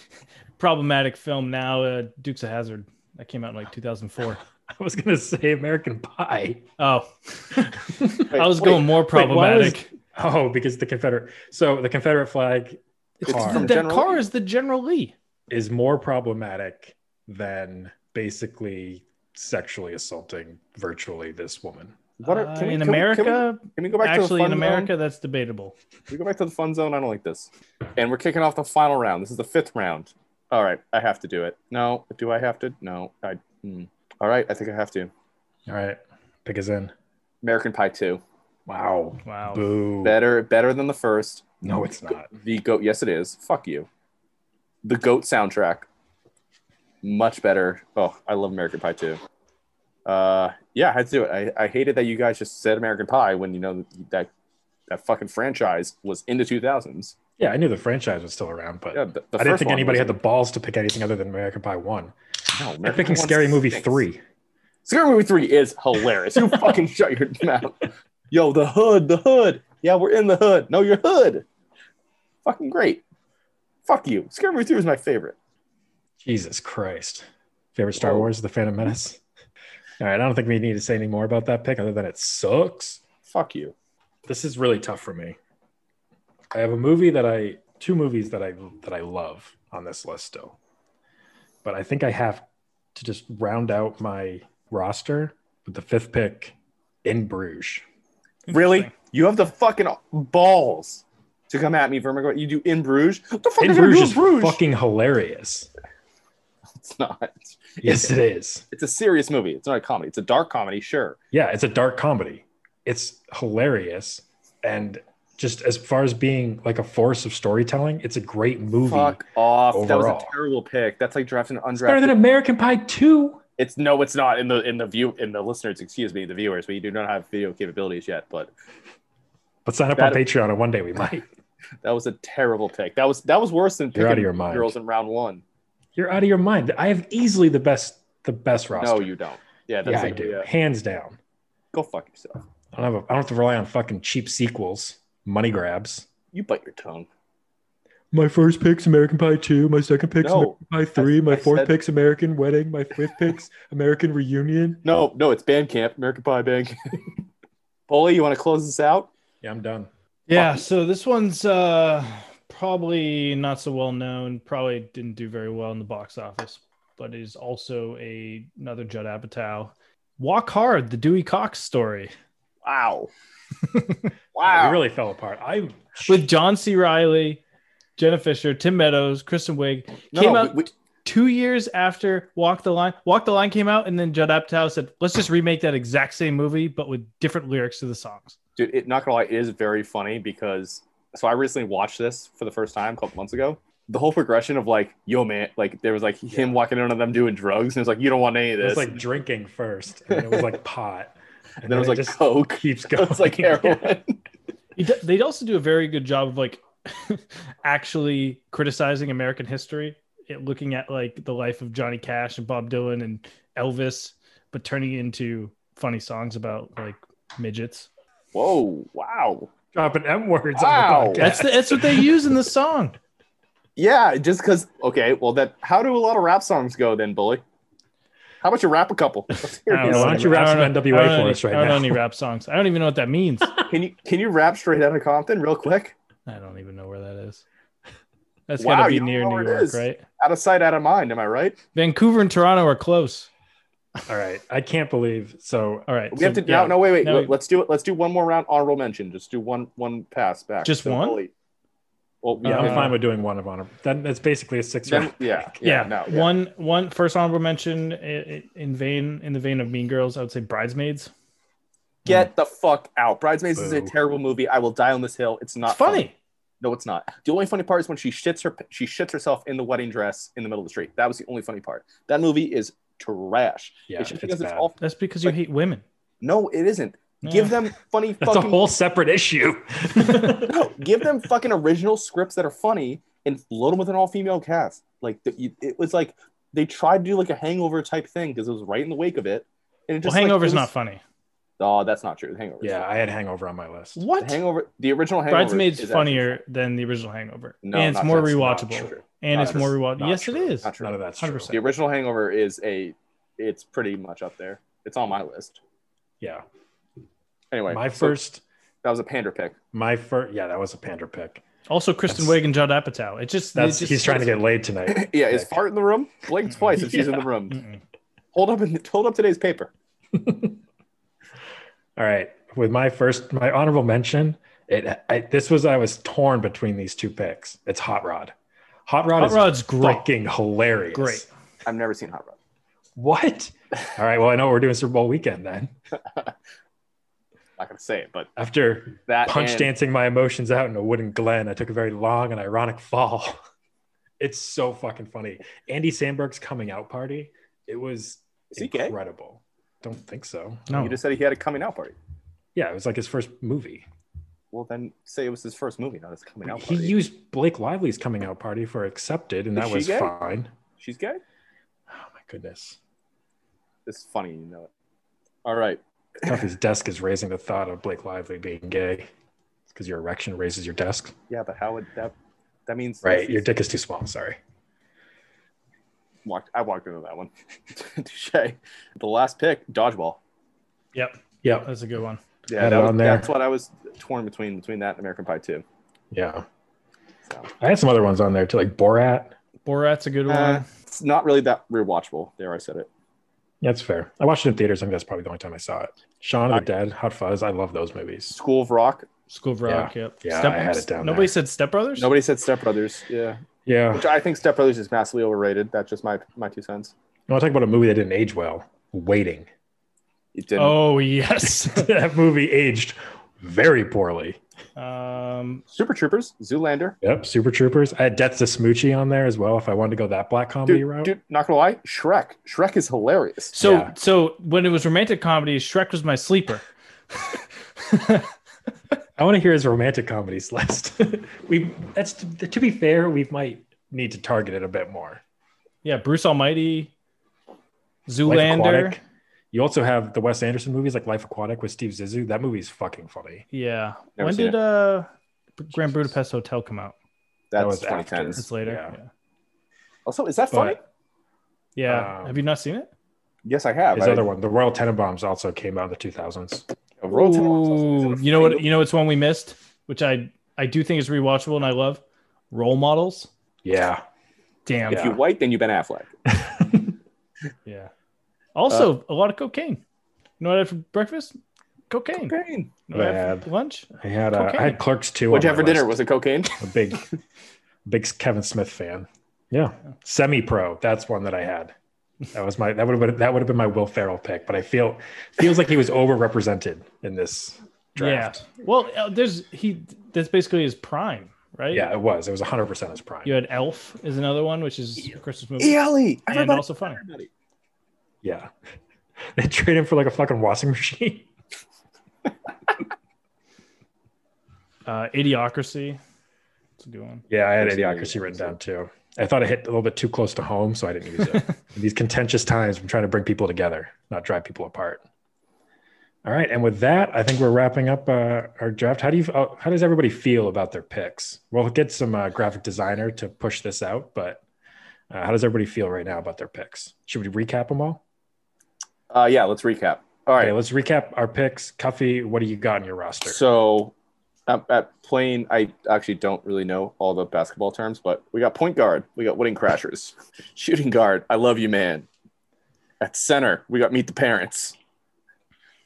Speaker 3: problematic film now, uh, Dukes of Hazard. That came out in like 2004.
Speaker 2: I was gonna say American Pie.
Speaker 3: Oh, I was
Speaker 1: wait,
Speaker 3: going more
Speaker 2: Wait, why was-
Speaker 3: problematic.
Speaker 2: oh, because the Confederate. So the Confederate flag
Speaker 1: It's
Speaker 2: car
Speaker 1: from
Speaker 3: that
Speaker 1: General
Speaker 3: car
Speaker 1: Lee?
Speaker 3: is the General Lee.
Speaker 2: is more problematic than basically sexually assaulting virtually this woman.
Speaker 1: What are,
Speaker 3: Uh,
Speaker 1: can we,
Speaker 3: in
Speaker 1: can we-
Speaker 3: America,
Speaker 1: can we, can we go back to the
Speaker 3: actually,
Speaker 1: fun
Speaker 3: in America,
Speaker 1: Zone?
Speaker 3: that's debatable.
Speaker 1: Can we go back to the fun zone. I don't like this. And we're kicking off the final round. This is the fifth round. All right, I have to do it. No, do I have to? No, I. hmm. All right, I think I have to.
Speaker 2: All right, pick us in.
Speaker 1: American Pie Two,
Speaker 2: Wow.
Speaker 3: Wow.
Speaker 2: Boo.
Speaker 1: better, better than the first.
Speaker 2: No, it's not.
Speaker 1: The goat. Yes, it is. Fuck you. The goat soundtrack. Much better. Oh, I love American Pie too. Uh, yeah, I had to do it. I, I hated that you guys just said American Pie when you know that that fucking franchise was in the 2000s.
Speaker 2: Yeah, I knew the franchise was still around, but
Speaker 1: Yeah, the,
Speaker 2: I
Speaker 1: the
Speaker 2: didn't
Speaker 1: first
Speaker 2: think
Speaker 1: one
Speaker 2: anybody had
Speaker 1: was-
Speaker 2: the balls to pick anything other than American Pie One.
Speaker 1: No,
Speaker 2: I'm
Speaker 1: American
Speaker 2: picking
Speaker 1: Pie
Speaker 2: Scary
Speaker 1: one
Speaker 2: Movie
Speaker 1: stinks.
Speaker 2: Three.
Speaker 1: Scary Movie Three is hilarious. You fucking shut your mouth. Yo, the hood, the hood. Yeah, we're in the hood. No, your hood. Fucking great. Fuck you. Scary Movie Three is my favorite.
Speaker 2: Jesus Christ. Favorite Star
Speaker 1: Whoa.
Speaker 2: Wars, The Phantom Menace. All right, I don't think we need to say any more about that pick other than it sucks.
Speaker 1: Fuck you.
Speaker 2: This is really tough for me. I have a movie that I two movies that I that I love on this list still. But I think I have to just round out my roster with the fifth pick in Bruges.
Speaker 1: Really? You have the fucking balls to come at me, Vermigrate. You do in Bruges? What the fuck
Speaker 2: In
Speaker 1: is Bruges?
Speaker 2: Bruges
Speaker 1: Do
Speaker 2: is
Speaker 1: in Bruges?
Speaker 2: fucking hilarious.
Speaker 1: It's not.
Speaker 2: Yes, it is.
Speaker 1: It's a serious movie. It's not a comedy. It's a dark comedy, sure.
Speaker 2: yeah, it's a dark comedy. It's hilarious. And just as far as being like a force of storytelling, it's a great movie.
Speaker 1: Fuck off. That was
Speaker 2: overall.
Speaker 1: a terrible pick. That's like drafting an
Speaker 2: It's better
Speaker 1: undrafted.
Speaker 2: than American Pie 2.
Speaker 1: it's no, it's not in the in the view in the listeners. Excuse me, the viewers. We do not have video capabilities yet, but
Speaker 2: But sign up
Speaker 1: That-
Speaker 2: on Patreon and one day we might.
Speaker 1: that was a terrible pick. That was that was worse than
Speaker 2: You're
Speaker 1: picking
Speaker 2: out of your mind.
Speaker 1: girls in round one.
Speaker 2: You're out of your mind. I have easily the best the best roster.
Speaker 1: No, you don't. Yeah, that's
Speaker 2: yeah, I
Speaker 1: like-
Speaker 2: do.
Speaker 1: yeah.
Speaker 2: Hands down.
Speaker 1: Go fuck yourself.
Speaker 2: I don't have a, I don't have to rely on fucking cheap sequels, money grabs.
Speaker 1: You bite your tongue.
Speaker 2: My first pick's American Pie 2, my second pick's
Speaker 1: No.
Speaker 2: American Pie 3, my
Speaker 1: I
Speaker 2: fourth
Speaker 1: said-
Speaker 2: pick's American Wedding, my fifth pick's American Reunion.
Speaker 1: No, no, it's Bandcamp, American Pie Bank. Bully, you want to close this out?
Speaker 2: Yeah, I'm done.
Speaker 3: Yeah, so this one's uh probably not so well known, probably didn't do very well in the box office, but is also a another Judd Apatow. Walk Hard, the Dewey Cox story.
Speaker 1: Wow.
Speaker 2: Wow.
Speaker 1: wow.
Speaker 2: We really fell apart. I'm
Speaker 3: with John C. Riley, Jenna Fisher, Tim Meadows, Kristen Wiig.
Speaker 1: No,
Speaker 3: Came
Speaker 1: no,
Speaker 3: out-
Speaker 1: we- we-
Speaker 3: Two years after Walk the Line, Walk the Line came out, and then Judd Apatow said, "Let's just remake that exact same movie, but with different lyrics to the songs."
Speaker 1: dude, it, not gonna lie, it is very funny because so I recently watched this for the first time a couple months ago. The whole progression of like, yo man, like there was like him walking in on them doing drugs, and it's like you don't want any of
Speaker 2: It
Speaker 1: this.
Speaker 2: was like drinking first, and it was like pot, and
Speaker 1: and then it was like
Speaker 2: just
Speaker 1: coke.
Speaker 2: keeps going.
Speaker 1: It's like heroin.
Speaker 3: He d- They also do a very good job of like actually criticizing American history, it, looking at like the life of Johnny Cash and Bob Dylan and Elvis, but turning it into funny songs about like midgets.
Speaker 1: Whoa! Wow.
Speaker 2: dropping M words.
Speaker 1: Wow.
Speaker 2: on the podcast.
Speaker 3: That's the, that's what they use in the song.
Speaker 1: Yeah, just because. Okay, well, that. How do a lot of rap songs go then, bully? How about you rap a couple? Let's hear
Speaker 3: I don't
Speaker 1: you.
Speaker 2: Yeah,
Speaker 3: know.
Speaker 2: why don't you
Speaker 3: I
Speaker 2: rap
Speaker 3: don't
Speaker 2: some
Speaker 3: know-
Speaker 2: NWA
Speaker 3: I don't know
Speaker 2: for
Speaker 3: any-
Speaker 2: us right
Speaker 3: I don't
Speaker 2: now?
Speaker 3: know any rap songs. I don't even know what that means.
Speaker 1: Can you can you rap straight out of Compton real quick?
Speaker 3: I don't even know where that is. That's
Speaker 1: Wow,
Speaker 3: gotta be
Speaker 1: you don't
Speaker 3: near
Speaker 1: know
Speaker 3: New
Speaker 1: where it
Speaker 3: York,
Speaker 1: is.
Speaker 3: right?
Speaker 1: Out of sight, out of mind. Am I right?
Speaker 3: Vancouver and Toronto are close.
Speaker 2: All right, I can't believe. So
Speaker 3: All right.
Speaker 1: We
Speaker 3: so,
Speaker 1: have to
Speaker 3: yeah.
Speaker 1: no, no, wait, wait.
Speaker 3: No.
Speaker 1: Let- Let's do it. Let's do one more round. Honorable mention. Just do one one pass back.
Speaker 3: Just one?
Speaker 1: Bully. Well,
Speaker 2: yeah,
Speaker 1: yeah,
Speaker 2: I'm
Speaker 3: Uh,
Speaker 2: fine with doing one of honor. Then that's basically a six
Speaker 1: then-
Speaker 2: round.
Speaker 1: yeah,
Speaker 3: yeah,
Speaker 1: yeah, no, yeah.
Speaker 3: one one first honorable mention i- i- in vein in the vein of Mean Girls. I would say Bridesmaids.
Speaker 1: Get the fuck out. Bridesmaids is a
Speaker 2: Boo.
Speaker 1: terrible movie. I will die on this hill. It's not
Speaker 3: it's funny.
Speaker 1: No, it's not. The only funny part is when she shits her she shits herself in the wedding dress in the middle of the street. That was the only funny part. That movie is trash.
Speaker 2: Yeah,
Speaker 1: it's just
Speaker 2: it's
Speaker 1: because it's
Speaker 2: bad.
Speaker 1: all
Speaker 3: That's because you
Speaker 1: Like-
Speaker 3: hate women.
Speaker 1: no, it isn't. Give them funny
Speaker 2: That's
Speaker 1: fucking
Speaker 2: a whole separate issue.
Speaker 1: no, give them fucking original scripts that are funny and load them with an all-female cast. Like the, you- it was like they tried to do like a hangover type thing because it was right in the wake of it. And it
Speaker 3: Well,
Speaker 1: just
Speaker 3: Hangover's
Speaker 1: like,
Speaker 3: not funny.
Speaker 1: not. Oh, that's not true. The hangover. is
Speaker 2: yeah,
Speaker 1: not.
Speaker 2: I had Hangover on my list.
Speaker 1: The
Speaker 3: What?
Speaker 1: hangover. The original hangover.
Speaker 3: Bridesmaids
Speaker 1: is
Speaker 3: funnier than the original Hangover,
Speaker 1: No,
Speaker 3: and it's
Speaker 1: not-
Speaker 3: more
Speaker 1: that's not
Speaker 3: rewatchable,
Speaker 1: true.
Speaker 3: and
Speaker 1: Not
Speaker 3: it's
Speaker 1: true.
Speaker 3: more rewatchable.
Speaker 2: Not
Speaker 3: Yes, it
Speaker 2: true.
Speaker 3: is.
Speaker 1: Not true.
Speaker 2: None of that's true.
Speaker 3: 100%.
Speaker 1: Actually, the original hangover is a. It's pretty much up there. It's on my list.
Speaker 2: Yeah,
Speaker 1: Anyway,
Speaker 2: my
Speaker 1: so
Speaker 2: first,
Speaker 1: that was a pander pick.
Speaker 2: my first. Yeah, that was a pander pick.
Speaker 3: Also, Kristen
Speaker 2: That's-
Speaker 3: Wiig and Judd Apatow. It just
Speaker 2: That's
Speaker 3: it just,
Speaker 2: he's trying to get laid tonight.
Speaker 1: yeah, is
Speaker 2: Pick.
Speaker 1: fart in the room? Blink twice if she's in the room.
Speaker 3: Mm-mm.
Speaker 1: Hold up and hold up today's paper.
Speaker 2: All right, with my first, my honorable mention. It I, this was I was torn between these two picks. It's Hot Rod. Hot Rod
Speaker 3: Hot
Speaker 2: is
Speaker 3: Rod's great.
Speaker 2: fucking hilarious.
Speaker 3: Great.
Speaker 1: I've never seen Hot Rod.
Speaker 2: What? All right. Well, I know what we're doing Super Bowl weekend then.
Speaker 1: Not gonna say it, but
Speaker 2: After
Speaker 1: that
Speaker 2: punch
Speaker 1: and-
Speaker 2: dancing my emotions out in a wooden glen, I took a very long and ironic fall. It's so fucking funny. Andy Sandberg's coming out party. It was
Speaker 1: Is he gay?
Speaker 2: incredible. Don't think so.
Speaker 1: You
Speaker 3: No,
Speaker 1: just said he had a coming out party.
Speaker 2: Yeah, it was like his first movie.
Speaker 1: Well, then say it was his first movie, not his coming out
Speaker 2: He
Speaker 1: party.
Speaker 2: used Blake Lively's coming out party for accepted, and
Speaker 1: Is
Speaker 2: that
Speaker 1: she
Speaker 2: was
Speaker 1: gay?
Speaker 2: fine.
Speaker 1: She's gay.
Speaker 2: Oh my goodness.
Speaker 1: It's funny, you know it. All right.
Speaker 2: Duffy's desk is raising the thought of Blake Lively being gay because your erection raises your desk.
Speaker 1: Yeah, but how would that? That means
Speaker 2: Right. Your dick is too small. Sorry.
Speaker 1: Walked, I walked into that one. Touche. The last pick, dodgeball.
Speaker 3: yep,
Speaker 2: Yep.
Speaker 3: that's a good one.
Speaker 1: Yeah,
Speaker 2: Had
Speaker 1: that
Speaker 2: it
Speaker 1: was-
Speaker 2: on there.
Speaker 1: that's what I was torn between between that and American Pie too.
Speaker 2: Yeah.
Speaker 1: So.
Speaker 2: I had some other ones on there too, like Borat.
Speaker 3: Borat's a good one.
Speaker 1: Uh, it's not really that rewatchable. There, I said it.
Speaker 2: Yeah, that's fair. I watched it in theaters. I think that's probably the only time I saw it. Shaun of the Dead, Hot Fuzz. I love those movies.
Speaker 1: School of Rock.
Speaker 3: School of Rock. Yep.
Speaker 2: Yeah, I had it down
Speaker 3: Nobody
Speaker 2: there.
Speaker 3: said Step Brothers.
Speaker 1: Nobody said Step Brothers. Yeah,
Speaker 2: Yeah.
Speaker 1: which I think Step Brothers is massively overrated. That's just my my two cents.
Speaker 2: You want to talk about a movie that didn't age well? Waiting.
Speaker 1: It didn't.
Speaker 3: Oh yes.
Speaker 2: that movie aged very poorly.
Speaker 3: um,
Speaker 1: Super Troopers, Zoolander.
Speaker 2: Yep. Super Troopers. I had Death to Smoochie on there as well if I wanted to go that black comedy
Speaker 1: Dude,
Speaker 2: route.
Speaker 1: dude, not gonna lie, Shrek. Shrek is hilarious.
Speaker 3: so
Speaker 2: Yeah.
Speaker 3: so when it was romantic comedy, Shrek was my sleeper.
Speaker 2: I want to hear his romantic comedies list. we that's to, to be fair, we might need to target it a bit more.
Speaker 3: Yeah, Bruce Almighty,
Speaker 2: Life
Speaker 3: Zoolander.
Speaker 2: Aquatic. You also have the Wes Anderson movies like Life Aquatic with Steve Zissou. That movie's fucking funny.
Speaker 3: Yeah.
Speaker 1: Never
Speaker 3: when
Speaker 1: seen
Speaker 3: did
Speaker 1: it.
Speaker 3: uh Grand Budapest Hotel come out?
Speaker 2: that
Speaker 1: That's
Speaker 2: was after.
Speaker 1: 2010s.
Speaker 3: Oh, It's later.
Speaker 2: Yeah.
Speaker 3: Yeah.
Speaker 1: Also, is that funny?
Speaker 3: But- Yeah.
Speaker 2: Um,
Speaker 3: Have you not seen it?
Speaker 1: yes, I have.
Speaker 2: His
Speaker 1: I,
Speaker 2: other one, The Royal Tenenbaums, also came out in the 2000s.
Speaker 1: a Royal Tenenbaums also- is
Speaker 3: Ooh,
Speaker 1: it a
Speaker 3: you know what?
Speaker 1: free-
Speaker 3: You know it's one we missed, which I I do think is rewatchable and I love. Role models.
Speaker 2: Yeah,
Speaker 3: Damn.
Speaker 1: If
Speaker 2: Yeah.
Speaker 1: you white, then you Ben Affleck.
Speaker 3: Yeah. Also, a lot of cocaine. You know what I had for breakfast? Cocaine.
Speaker 1: Cocaine.
Speaker 3: You know what I had for
Speaker 2: Bad.
Speaker 3: Lunch.
Speaker 2: I had uh, I had
Speaker 3: Cocaine.
Speaker 2: Clerks two.
Speaker 1: What'd you
Speaker 2: on
Speaker 1: have for
Speaker 2: my
Speaker 1: dinner?
Speaker 2: list.
Speaker 1: Was it cocaine?
Speaker 2: a big, big Kevin Smith fan. Yeah, semi pro. That's one that I had. That was my that would have been that would have been my Will Ferrell pick, but I feel feels like he was overrepresented in this draft.
Speaker 3: Yeah. Well, uh, there's he. That's basically his prime, right?
Speaker 2: Yeah, it was. It was 100 percent his prime.
Speaker 3: You had Elf is another one, which is a Christmas movie,
Speaker 1: Ellie.
Speaker 3: and also funny.
Speaker 1: everybody.
Speaker 2: Yeah, they trade him for like a fucking washing machine.
Speaker 3: Uh, Idiocracy. It's a good one.
Speaker 2: Yeah, I had
Speaker 1: Absolutely.
Speaker 2: Idiocracy written down too. I thought it hit a little bit too close to home, so I didn't use it. In these contentious times, I'm trying to bring people together, not drive people apart. All right, and with that, I think we're wrapping up uh, our draft. How do you? Uh, how does everybody feel about their picks? We'll get some uh, graphic designer to push this out, but uh, how does everybody feel right now about their picks? Should we recap them all?
Speaker 1: Uh, yeah, let's recap. All
Speaker 2: All
Speaker 1: right.
Speaker 2: right, let's recap our picks. Cuffy, what do you got in your roster?
Speaker 1: So at, at playing, I actually don't really know all the basketball terms, but we got point guard, we got winning crashers, shooting guard. I love you, man. At center, we got meet the parents.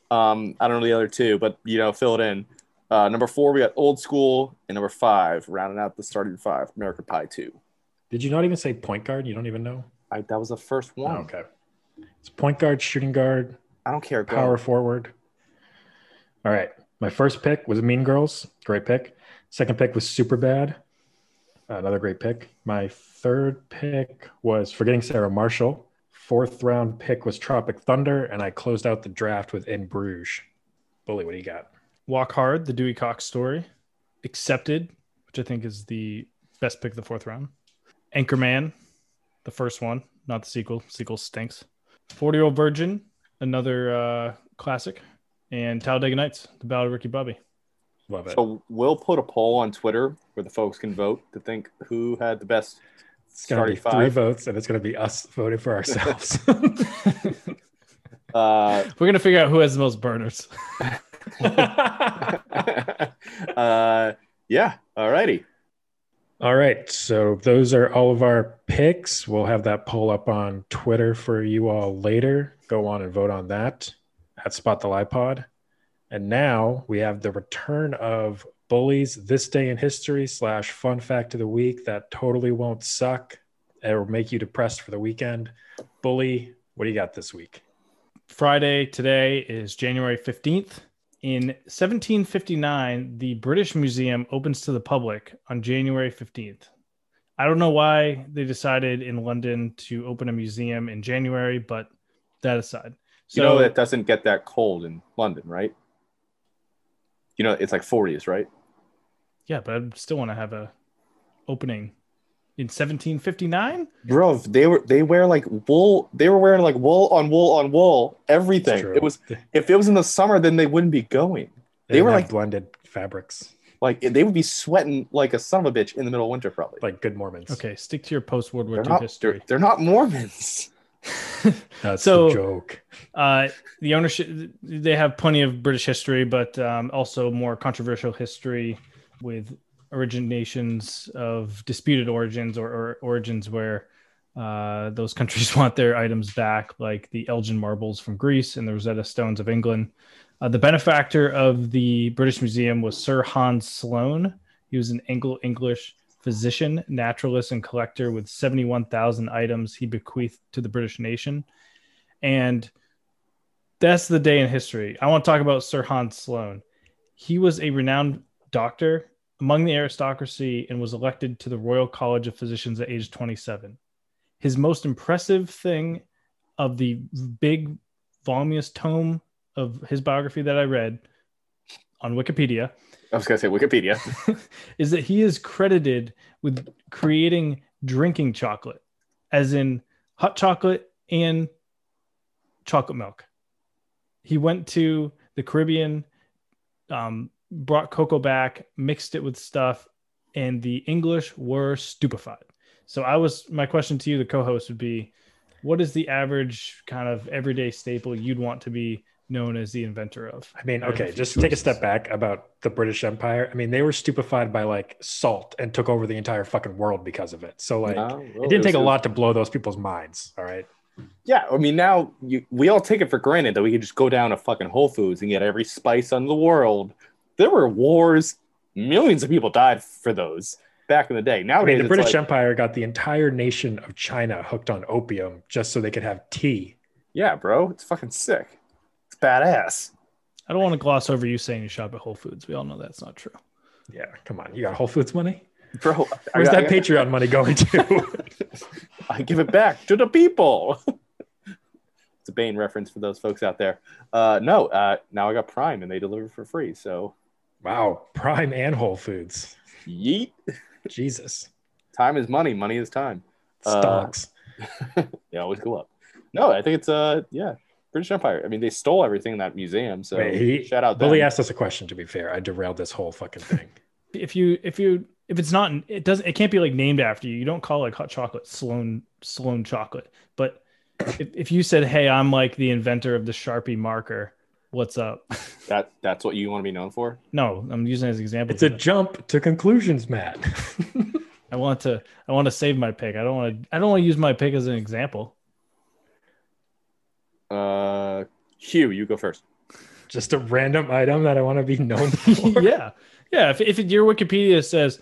Speaker 1: Um, I don't know the other two, but you know, fill it in. Uh, number four, we got old school, and number five, rounding out the starting five, American Pie Two.
Speaker 2: Did you not even say point guard? You don't even know.
Speaker 1: I, that was the first
Speaker 2: Oh,
Speaker 1: one.
Speaker 2: okay, it's point guard, shooting guard,
Speaker 1: I don't care. Go.
Speaker 2: power forward. All right. My first pick was Mean Girls. Great pick. Second pick was Super Bad. Another great pick. My third pick was Forgetting Sarah Marshall. Fourth round pick was Tropic Thunder. And I closed out the draft with In Bruges. Bully, what do you got?
Speaker 3: Walk Hard, the Dewey Cox story, Accepted, which I think is the best pick of the fourth round. Anchorman, the first one, not the sequel. Sequel stinks. Forty Year Old Virgin, another uh, classic, and Talladega Nights, the Ballad of Ricky Bobby.
Speaker 2: Love it.
Speaker 1: So we'll put a poll on Twitter where the folks can vote to think who had the best
Speaker 2: it's going to
Speaker 1: starting
Speaker 2: be three
Speaker 1: five.
Speaker 2: votes, and it's going to be us voting for ourselves.
Speaker 1: Uh,
Speaker 3: We're gonna figure out who has the most burners.
Speaker 1: uh, yeah. All righty.
Speaker 2: All right. So those are all of our picks. We'll have that poll up on Twitter for you all later. Go on and vote on that at Spot the Lipod. And now we have the return of Bullies This Day in History slash Fun Fact of the Week that totally won't suck. It will make you depressed for the weekend. Bully, what do you got this week?
Speaker 3: Friday today is January 15th. In 1759, the British Museum opens to the public on January 15th. I don't know why they decided in London to open a museum in January, but that aside. So
Speaker 1: you know it doesn't get that cold in London, right? You know it's like 40s, right?
Speaker 3: yeah, but I still want to have a opening in 1759.
Speaker 1: Bro, they were they wear like wool. They were wearing like wool on wool on wool.
Speaker 2: It's
Speaker 1: Everything.
Speaker 2: true.
Speaker 1: It was
Speaker 2: they,
Speaker 1: if it was in the summer, then they wouldn't be going.
Speaker 2: they
Speaker 1: were
Speaker 2: were
Speaker 1: like-
Speaker 2: like blended fabrics,
Speaker 1: Like they would be sweating like a son of a bitch in the middle of winter, probably.
Speaker 2: like good Mormons.
Speaker 3: Okay, stick to your post World War
Speaker 1: they're
Speaker 3: II
Speaker 1: not, they're,
Speaker 3: history.
Speaker 1: they're not Mormons.
Speaker 2: That's
Speaker 3: So-
Speaker 2: the joke.
Speaker 3: uh, the ownership they have plenty of British history, but um, also more controversial history with originations of disputed origins or, or origins where uh, those countries want their items back, like the Elgin marbles from Greece and the Rosetta Stones of England. Uh, the benefactor of the British Museum was Sir Hans Sloane. He was an Anglo English physician, naturalist, and collector with 71,000 items he bequeathed to the British nation. And that's the day in history. I want to talk about Sir Hans Sloane. He was a renowned doctor among the aristocracy and was elected to the Royal College of Physicians at age 27. His most impressive thing of the big, voluminous tome of his biography that I read on Wikipedia
Speaker 1: I was gonna say Wikipedia.
Speaker 3: is that he is credited with creating drinking chocolate, as in hot chocolate and chocolate milk. He went to the Caribbean, um, brought cocoa back, mixed it with stuff, and the English were stupefied. So I was my question to you, the co-host, would be, what is the average kind of everyday staple you'd want to be known as the inventor of?
Speaker 2: I mean,
Speaker 3: Out of the
Speaker 2: okay,
Speaker 3: few
Speaker 2: just take a
Speaker 3: choices.
Speaker 2: step back about the British Empire. I mean, they were stupefied by like salt and took over the entire fucking world because of it. So like,
Speaker 1: Oh, well,
Speaker 2: it didn't take
Speaker 1: was-
Speaker 2: a lot to blow those people's minds. All right,
Speaker 1: Yeah, I mean now you, we all take it for granted that we could just go down to fucking Whole Foods and get every spice in the world. There were wars, millions of people died for those back in the day.
Speaker 2: I
Speaker 1: Nowadays,
Speaker 2: mean, the
Speaker 1: it's
Speaker 2: British
Speaker 1: like-
Speaker 2: Empire got the entire nation of China hooked on opium just so they could have tea.
Speaker 1: yeah, bro, it's fucking sick. It's badass.
Speaker 3: I don't want to gloss over you saying you shop at Whole Foods. We all know that's not true.
Speaker 2: Yeah, come on, you got Whole Foods money?
Speaker 1: Bro, I-
Speaker 2: Where's
Speaker 1: I-
Speaker 2: that
Speaker 1: I-
Speaker 2: Patreon money going to?
Speaker 1: I give it back to the people. it's a Bane reference for those folks out there. Uh, no, uh, now I got Prime and they deliver for free. So,
Speaker 2: wow, Prime and Whole Foods.
Speaker 1: yeet.
Speaker 2: Jesus,
Speaker 1: Time is money. Money is time. Uh,
Speaker 2: stocks.
Speaker 1: They always go up. No, I think it's uh yeah, British Empire. I mean, they stole everything in that museum. So
Speaker 2: Wait, he-
Speaker 1: shout out.
Speaker 2: Billy
Speaker 1: them.
Speaker 2: asked us a question. To be fair, I derailed this whole fucking thing.
Speaker 3: If you if you if it's not it doesn't it can't be like named after you. You don't call like hot chocolate Sloan Sloan chocolate. But if, if you said, "Hey, I'm like the inventor of the Sharpie marker," what's up?
Speaker 1: That that's what you want to be known for.
Speaker 3: No, I'm using it as an example.
Speaker 2: It's a jump to conclusions, Matt.
Speaker 3: I want to I want to save my pick. I don't want to I don't want to use my pick as an example.
Speaker 1: Uh, Hugh, you go first.
Speaker 2: Just a random item that I want to be known for.
Speaker 3: yeah. Yeah. If, if your Wikipedia says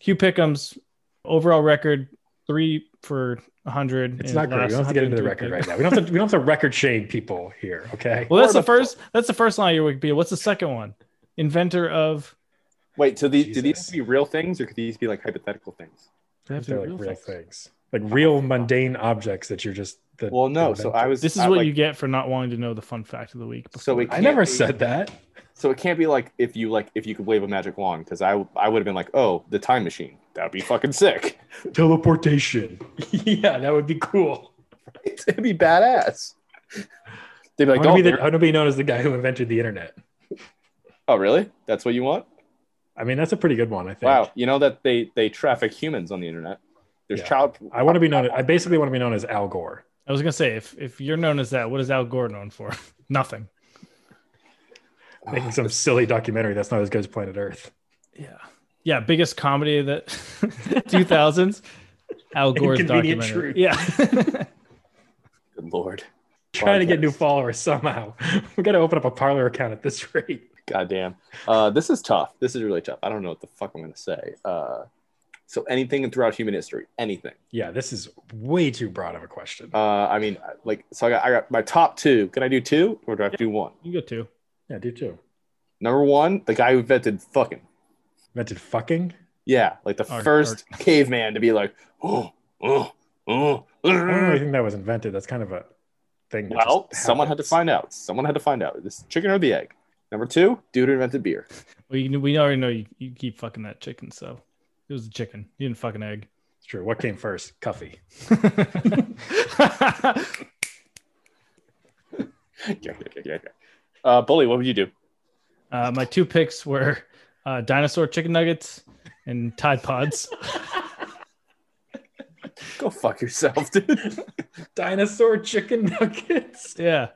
Speaker 3: Hugh Pickham's overall record three for 100.
Speaker 2: It's
Speaker 3: in
Speaker 2: not great.
Speaker 3: the
Speaker 2: We
Speaker 3: last
Speaker 2: don't have to get into the
Speaker 3: 103
Speaker 2: record right
Speaker 3: picks.
Speaker 2: now. We don't have to, we don't have to record shade people here. Okay.
Speaker 3: Well, that's the
Speaker 1: Wonderful.
Speaker 3: first that's the first line of your Wikipedia. What's the second one? Inventor of
Speaker 1: Wait, so these do these
Speaker 2: Jesus.
Speaker 1: be real things or could these be like hypothetical things?
Speaker 3: They have to
Speaker 2: They're
Speaker 3: be
Speaker 2: like
Speaker 3: real
Speaker 2: real
Speaker 3: things.
Speaker 2: things, like real mundane objects that you're just. The,
Speaker 1: Well, no.
Speaker 2: the
Speaker 1: So
Speaker 2: inventor-
Speaker 1: I was.
Speaker 3: This is
Speaker 1: I,
Speaker 3: what
Speaker 1: like-
Speaker 3: you get for not wanting to know the fun fact of the week.
Speaker 1: So we
Speaker 3: before.
Speaker 2: I
Speaker 1: can't
Speaker 2: never
Speaker 1: be-
Speaker 2: said that.
Speaker 1: So it can't be like if you like if you could wave a magic wand because I I would have been like oh the time machine that'd be fucking sick.
Speaker 2: Teleportation. yeah, that would be cool.
Speaker 1: It'd be badass. They'd be
Speaker 2: I
Speaker 1: like, "Oh,
Speaker 2: want
Speaker 1: don't
Speaker 2: to be, the- I wanna be known as the guy who invented the internet.
Speaker 1: oh really? That's what you want?
Speaker 2: I mean, that's a pretty good one. I think.
Speaker 1: Wow. You know that they they traffic humans on the internet. There's
Speaker 2: Yeah.
Speaker 1: child.
Speaker 2: I want to be known. I basically want to be known as Al Gore.
Speaker 3: I was gonna say if if you're known as that, what is Al Gore known for? Nothing.
Speaker 2: making some silly documentary that's not as good as Planet Earth.
Speaker 3: Yeah. Yeah. Biggest comedy of the 2000s. Al Gore's
Speaker 2: Inconvenient
Speaker 3: documentary.
Speaker 2: Truth.
Speaker 3: Yeah.
Speaker 1: Good lord.
Speaker 2: Trying to get new
Speaker 1: Podcast.
Speaker 2: followers somehow. We got to open up a parlor account at this rate.
Speaker 1: Goddamn. Uh, this is tough. This is really tough. I don't know what the fuck I'm gonna say. Uh, so anything throughout human history, anything.
Speaker 2: Yeah, this is way too broad of a question.
Speaker 1: Uh, I mean, like, so I got I got my top two. Can I do two or do I have to do one?
Speaker 3: you go too.
Speaker 2: yeah, do too.
Speaker 1: Number one, the guy who invented fucking.
Speaker 2: Invented fucking.
Speaker 1: Yeah, like the
Speaker 3: Art,
Speaker 1: first caveman to be like, oh, oh, oh.
Speaker 2: I don't really think that was invented. That's kind of a thing. that
Speaker 1: Well,
Speaker 2: just
Speaker 1: someone had to
Speaker 2: happens.
Speaker 1: find out. Someone had to find out. This chicken or the egg? Number two, dude who invented beer.
Speaker 3: We we already know you, you keep fucking that chicken, so it was a chicken. You didn't fucking egg.
Speaker 2: It's true. What came first? Cuffy.
Speaker 1: yeah, yeah, yeah, yeah. Uh, Bully, what would you do?
Speaker 3: uh, my two picks were uh, dinosaur chicken nuggets and Tide Pods.
Speaker 1: Go fuck yourself, dude.
Speaker 2: Dinosaur chicken nuggets.
Speaker 3: yeah.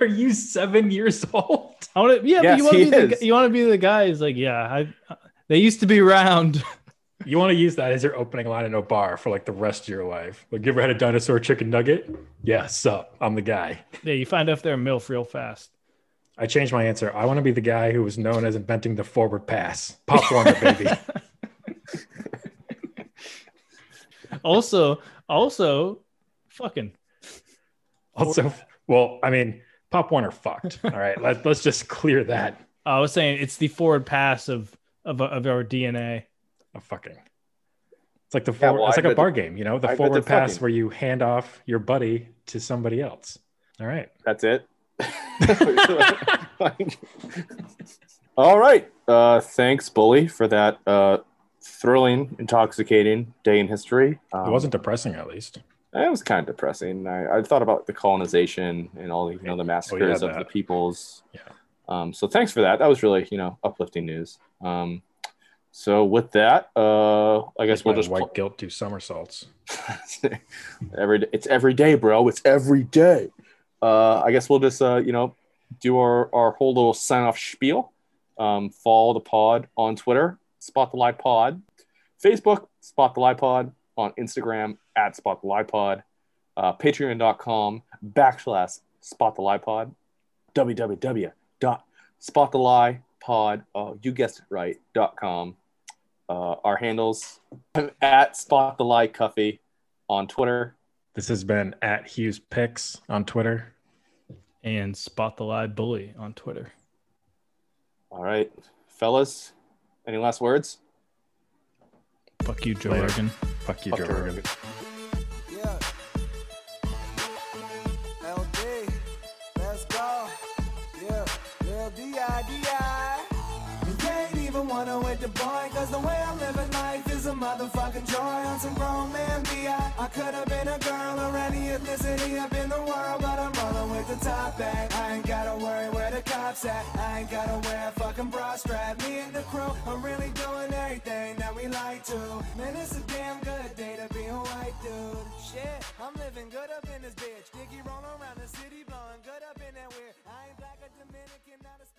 Speaker 2: Are you seven years old?
Speaker 3: I want to.
Speaker 1: Yes,
Speaker 3: Yeah, but you want
Speaker 1: he
Speaker 3: to be the,
Speaker 1: is.
Speaker 3: gu- you want to be the guy who's like, yeah, I, uh, they used to be round.
Speaker 2: You want to use that as your opening line in a bar for like the rest of your life. Like, you ever had a dinosaur chicken nugget? Yeah, sup. I'm the guy.
Speaker 3: yeah, you find out if they're a milf real fast.
Speaker 2: I changed my answer. I want to be the guy who was known as inventing the forward pass. Pop Warner, baby.
Speaker 3: Also, also, fucking.
Speaker 2: Also, well, I mean, Pop Warner fucked. All right, let, let's just clear that.
Speaker 3: I was saying it's the forward pass of of, of our DNA.
Speaker 2: A fucking. It's like the
Speaker 1: Yeah,
Speaker 2: forward,
Speaker 1: well,
Speaker 2: it's
Speaker 1: I
Speaker 2: like a
Speaker 1: bet
Speaker 2: bar game, you know, the
Speaker 1: I bet the
Speaker 2: forward pass
Speaker 1: fucking-
Speaker 2: where you hand off your buddy to somebody else. All right.
Speaker 1: That's it. All right. Uh, thanks, Bully, for that uh, thrilling, intoxicating day in history. Um,
Speaker 2: It wasn't depressing, at least.
Speaker 1: It was kind of depressing. I, I thought about the colonization and all the you know the massacres of
Speaker 2: Oh, that.
Speaker 1: the peoples.
Speaker 2: Yeah.
Speaker 1: Um, so thanks for that. That was really you know uplifting news. Um, so with that, uh, I guess we'll
Speaker 2: My
Speaker 1: just
Speaker 2: white guilt do somersaults.
Speaker 1: every it's every day, bro. It's every day. Uh, I guess we'll just uh, you know do our our whole little sign off spiel. Um, follow the pod on Twitter, Spot the Live Pod, Facebook, Spot the Live Pod on Instagram at Spot the Live Pod. uh, patreon.com backslash spot the lie pod www.spottheliepod oh you guessed it right dot com uh, our handles I'm at spot the lie cuffy on twitter
Speaker 2: This has been at Hughes Picks on Twitter.
Speaker 3: and spot the lie bully on Twitter.
Speaker 1: all right fellas any last words
Speaker 3: Fuck you, Joe
Speaker 2: Later.
Speaker 3: Rogan.
Speaker 2: Fuck you,
Speaker 1: Fuck
Speaker 2: Joe
Speaker 1: Joe
Speaker 2: Rogan.
Speaker 1: Rogan.
Speaker 4: Yeah. LD, let's go. Yeah, Lil D-I-D-I. You can't even wanna with the boy, cause the way I'm living life is a motherfucking joy. On some grown man B.I. I could've been a girl or any ethnicity up in the world, but I'm rolling with the top back. I ain't gotta worry where the cops at. I ain't gotta wear a fucking bra strap. Me and the crew, I'm really doing everything that we like to. Man, it's a damn good day to be a white dude. Shit, I'm living good up in this bitch. Dicky rolling around the city, blowing good up in that weird. I ain't black or Dominican, not a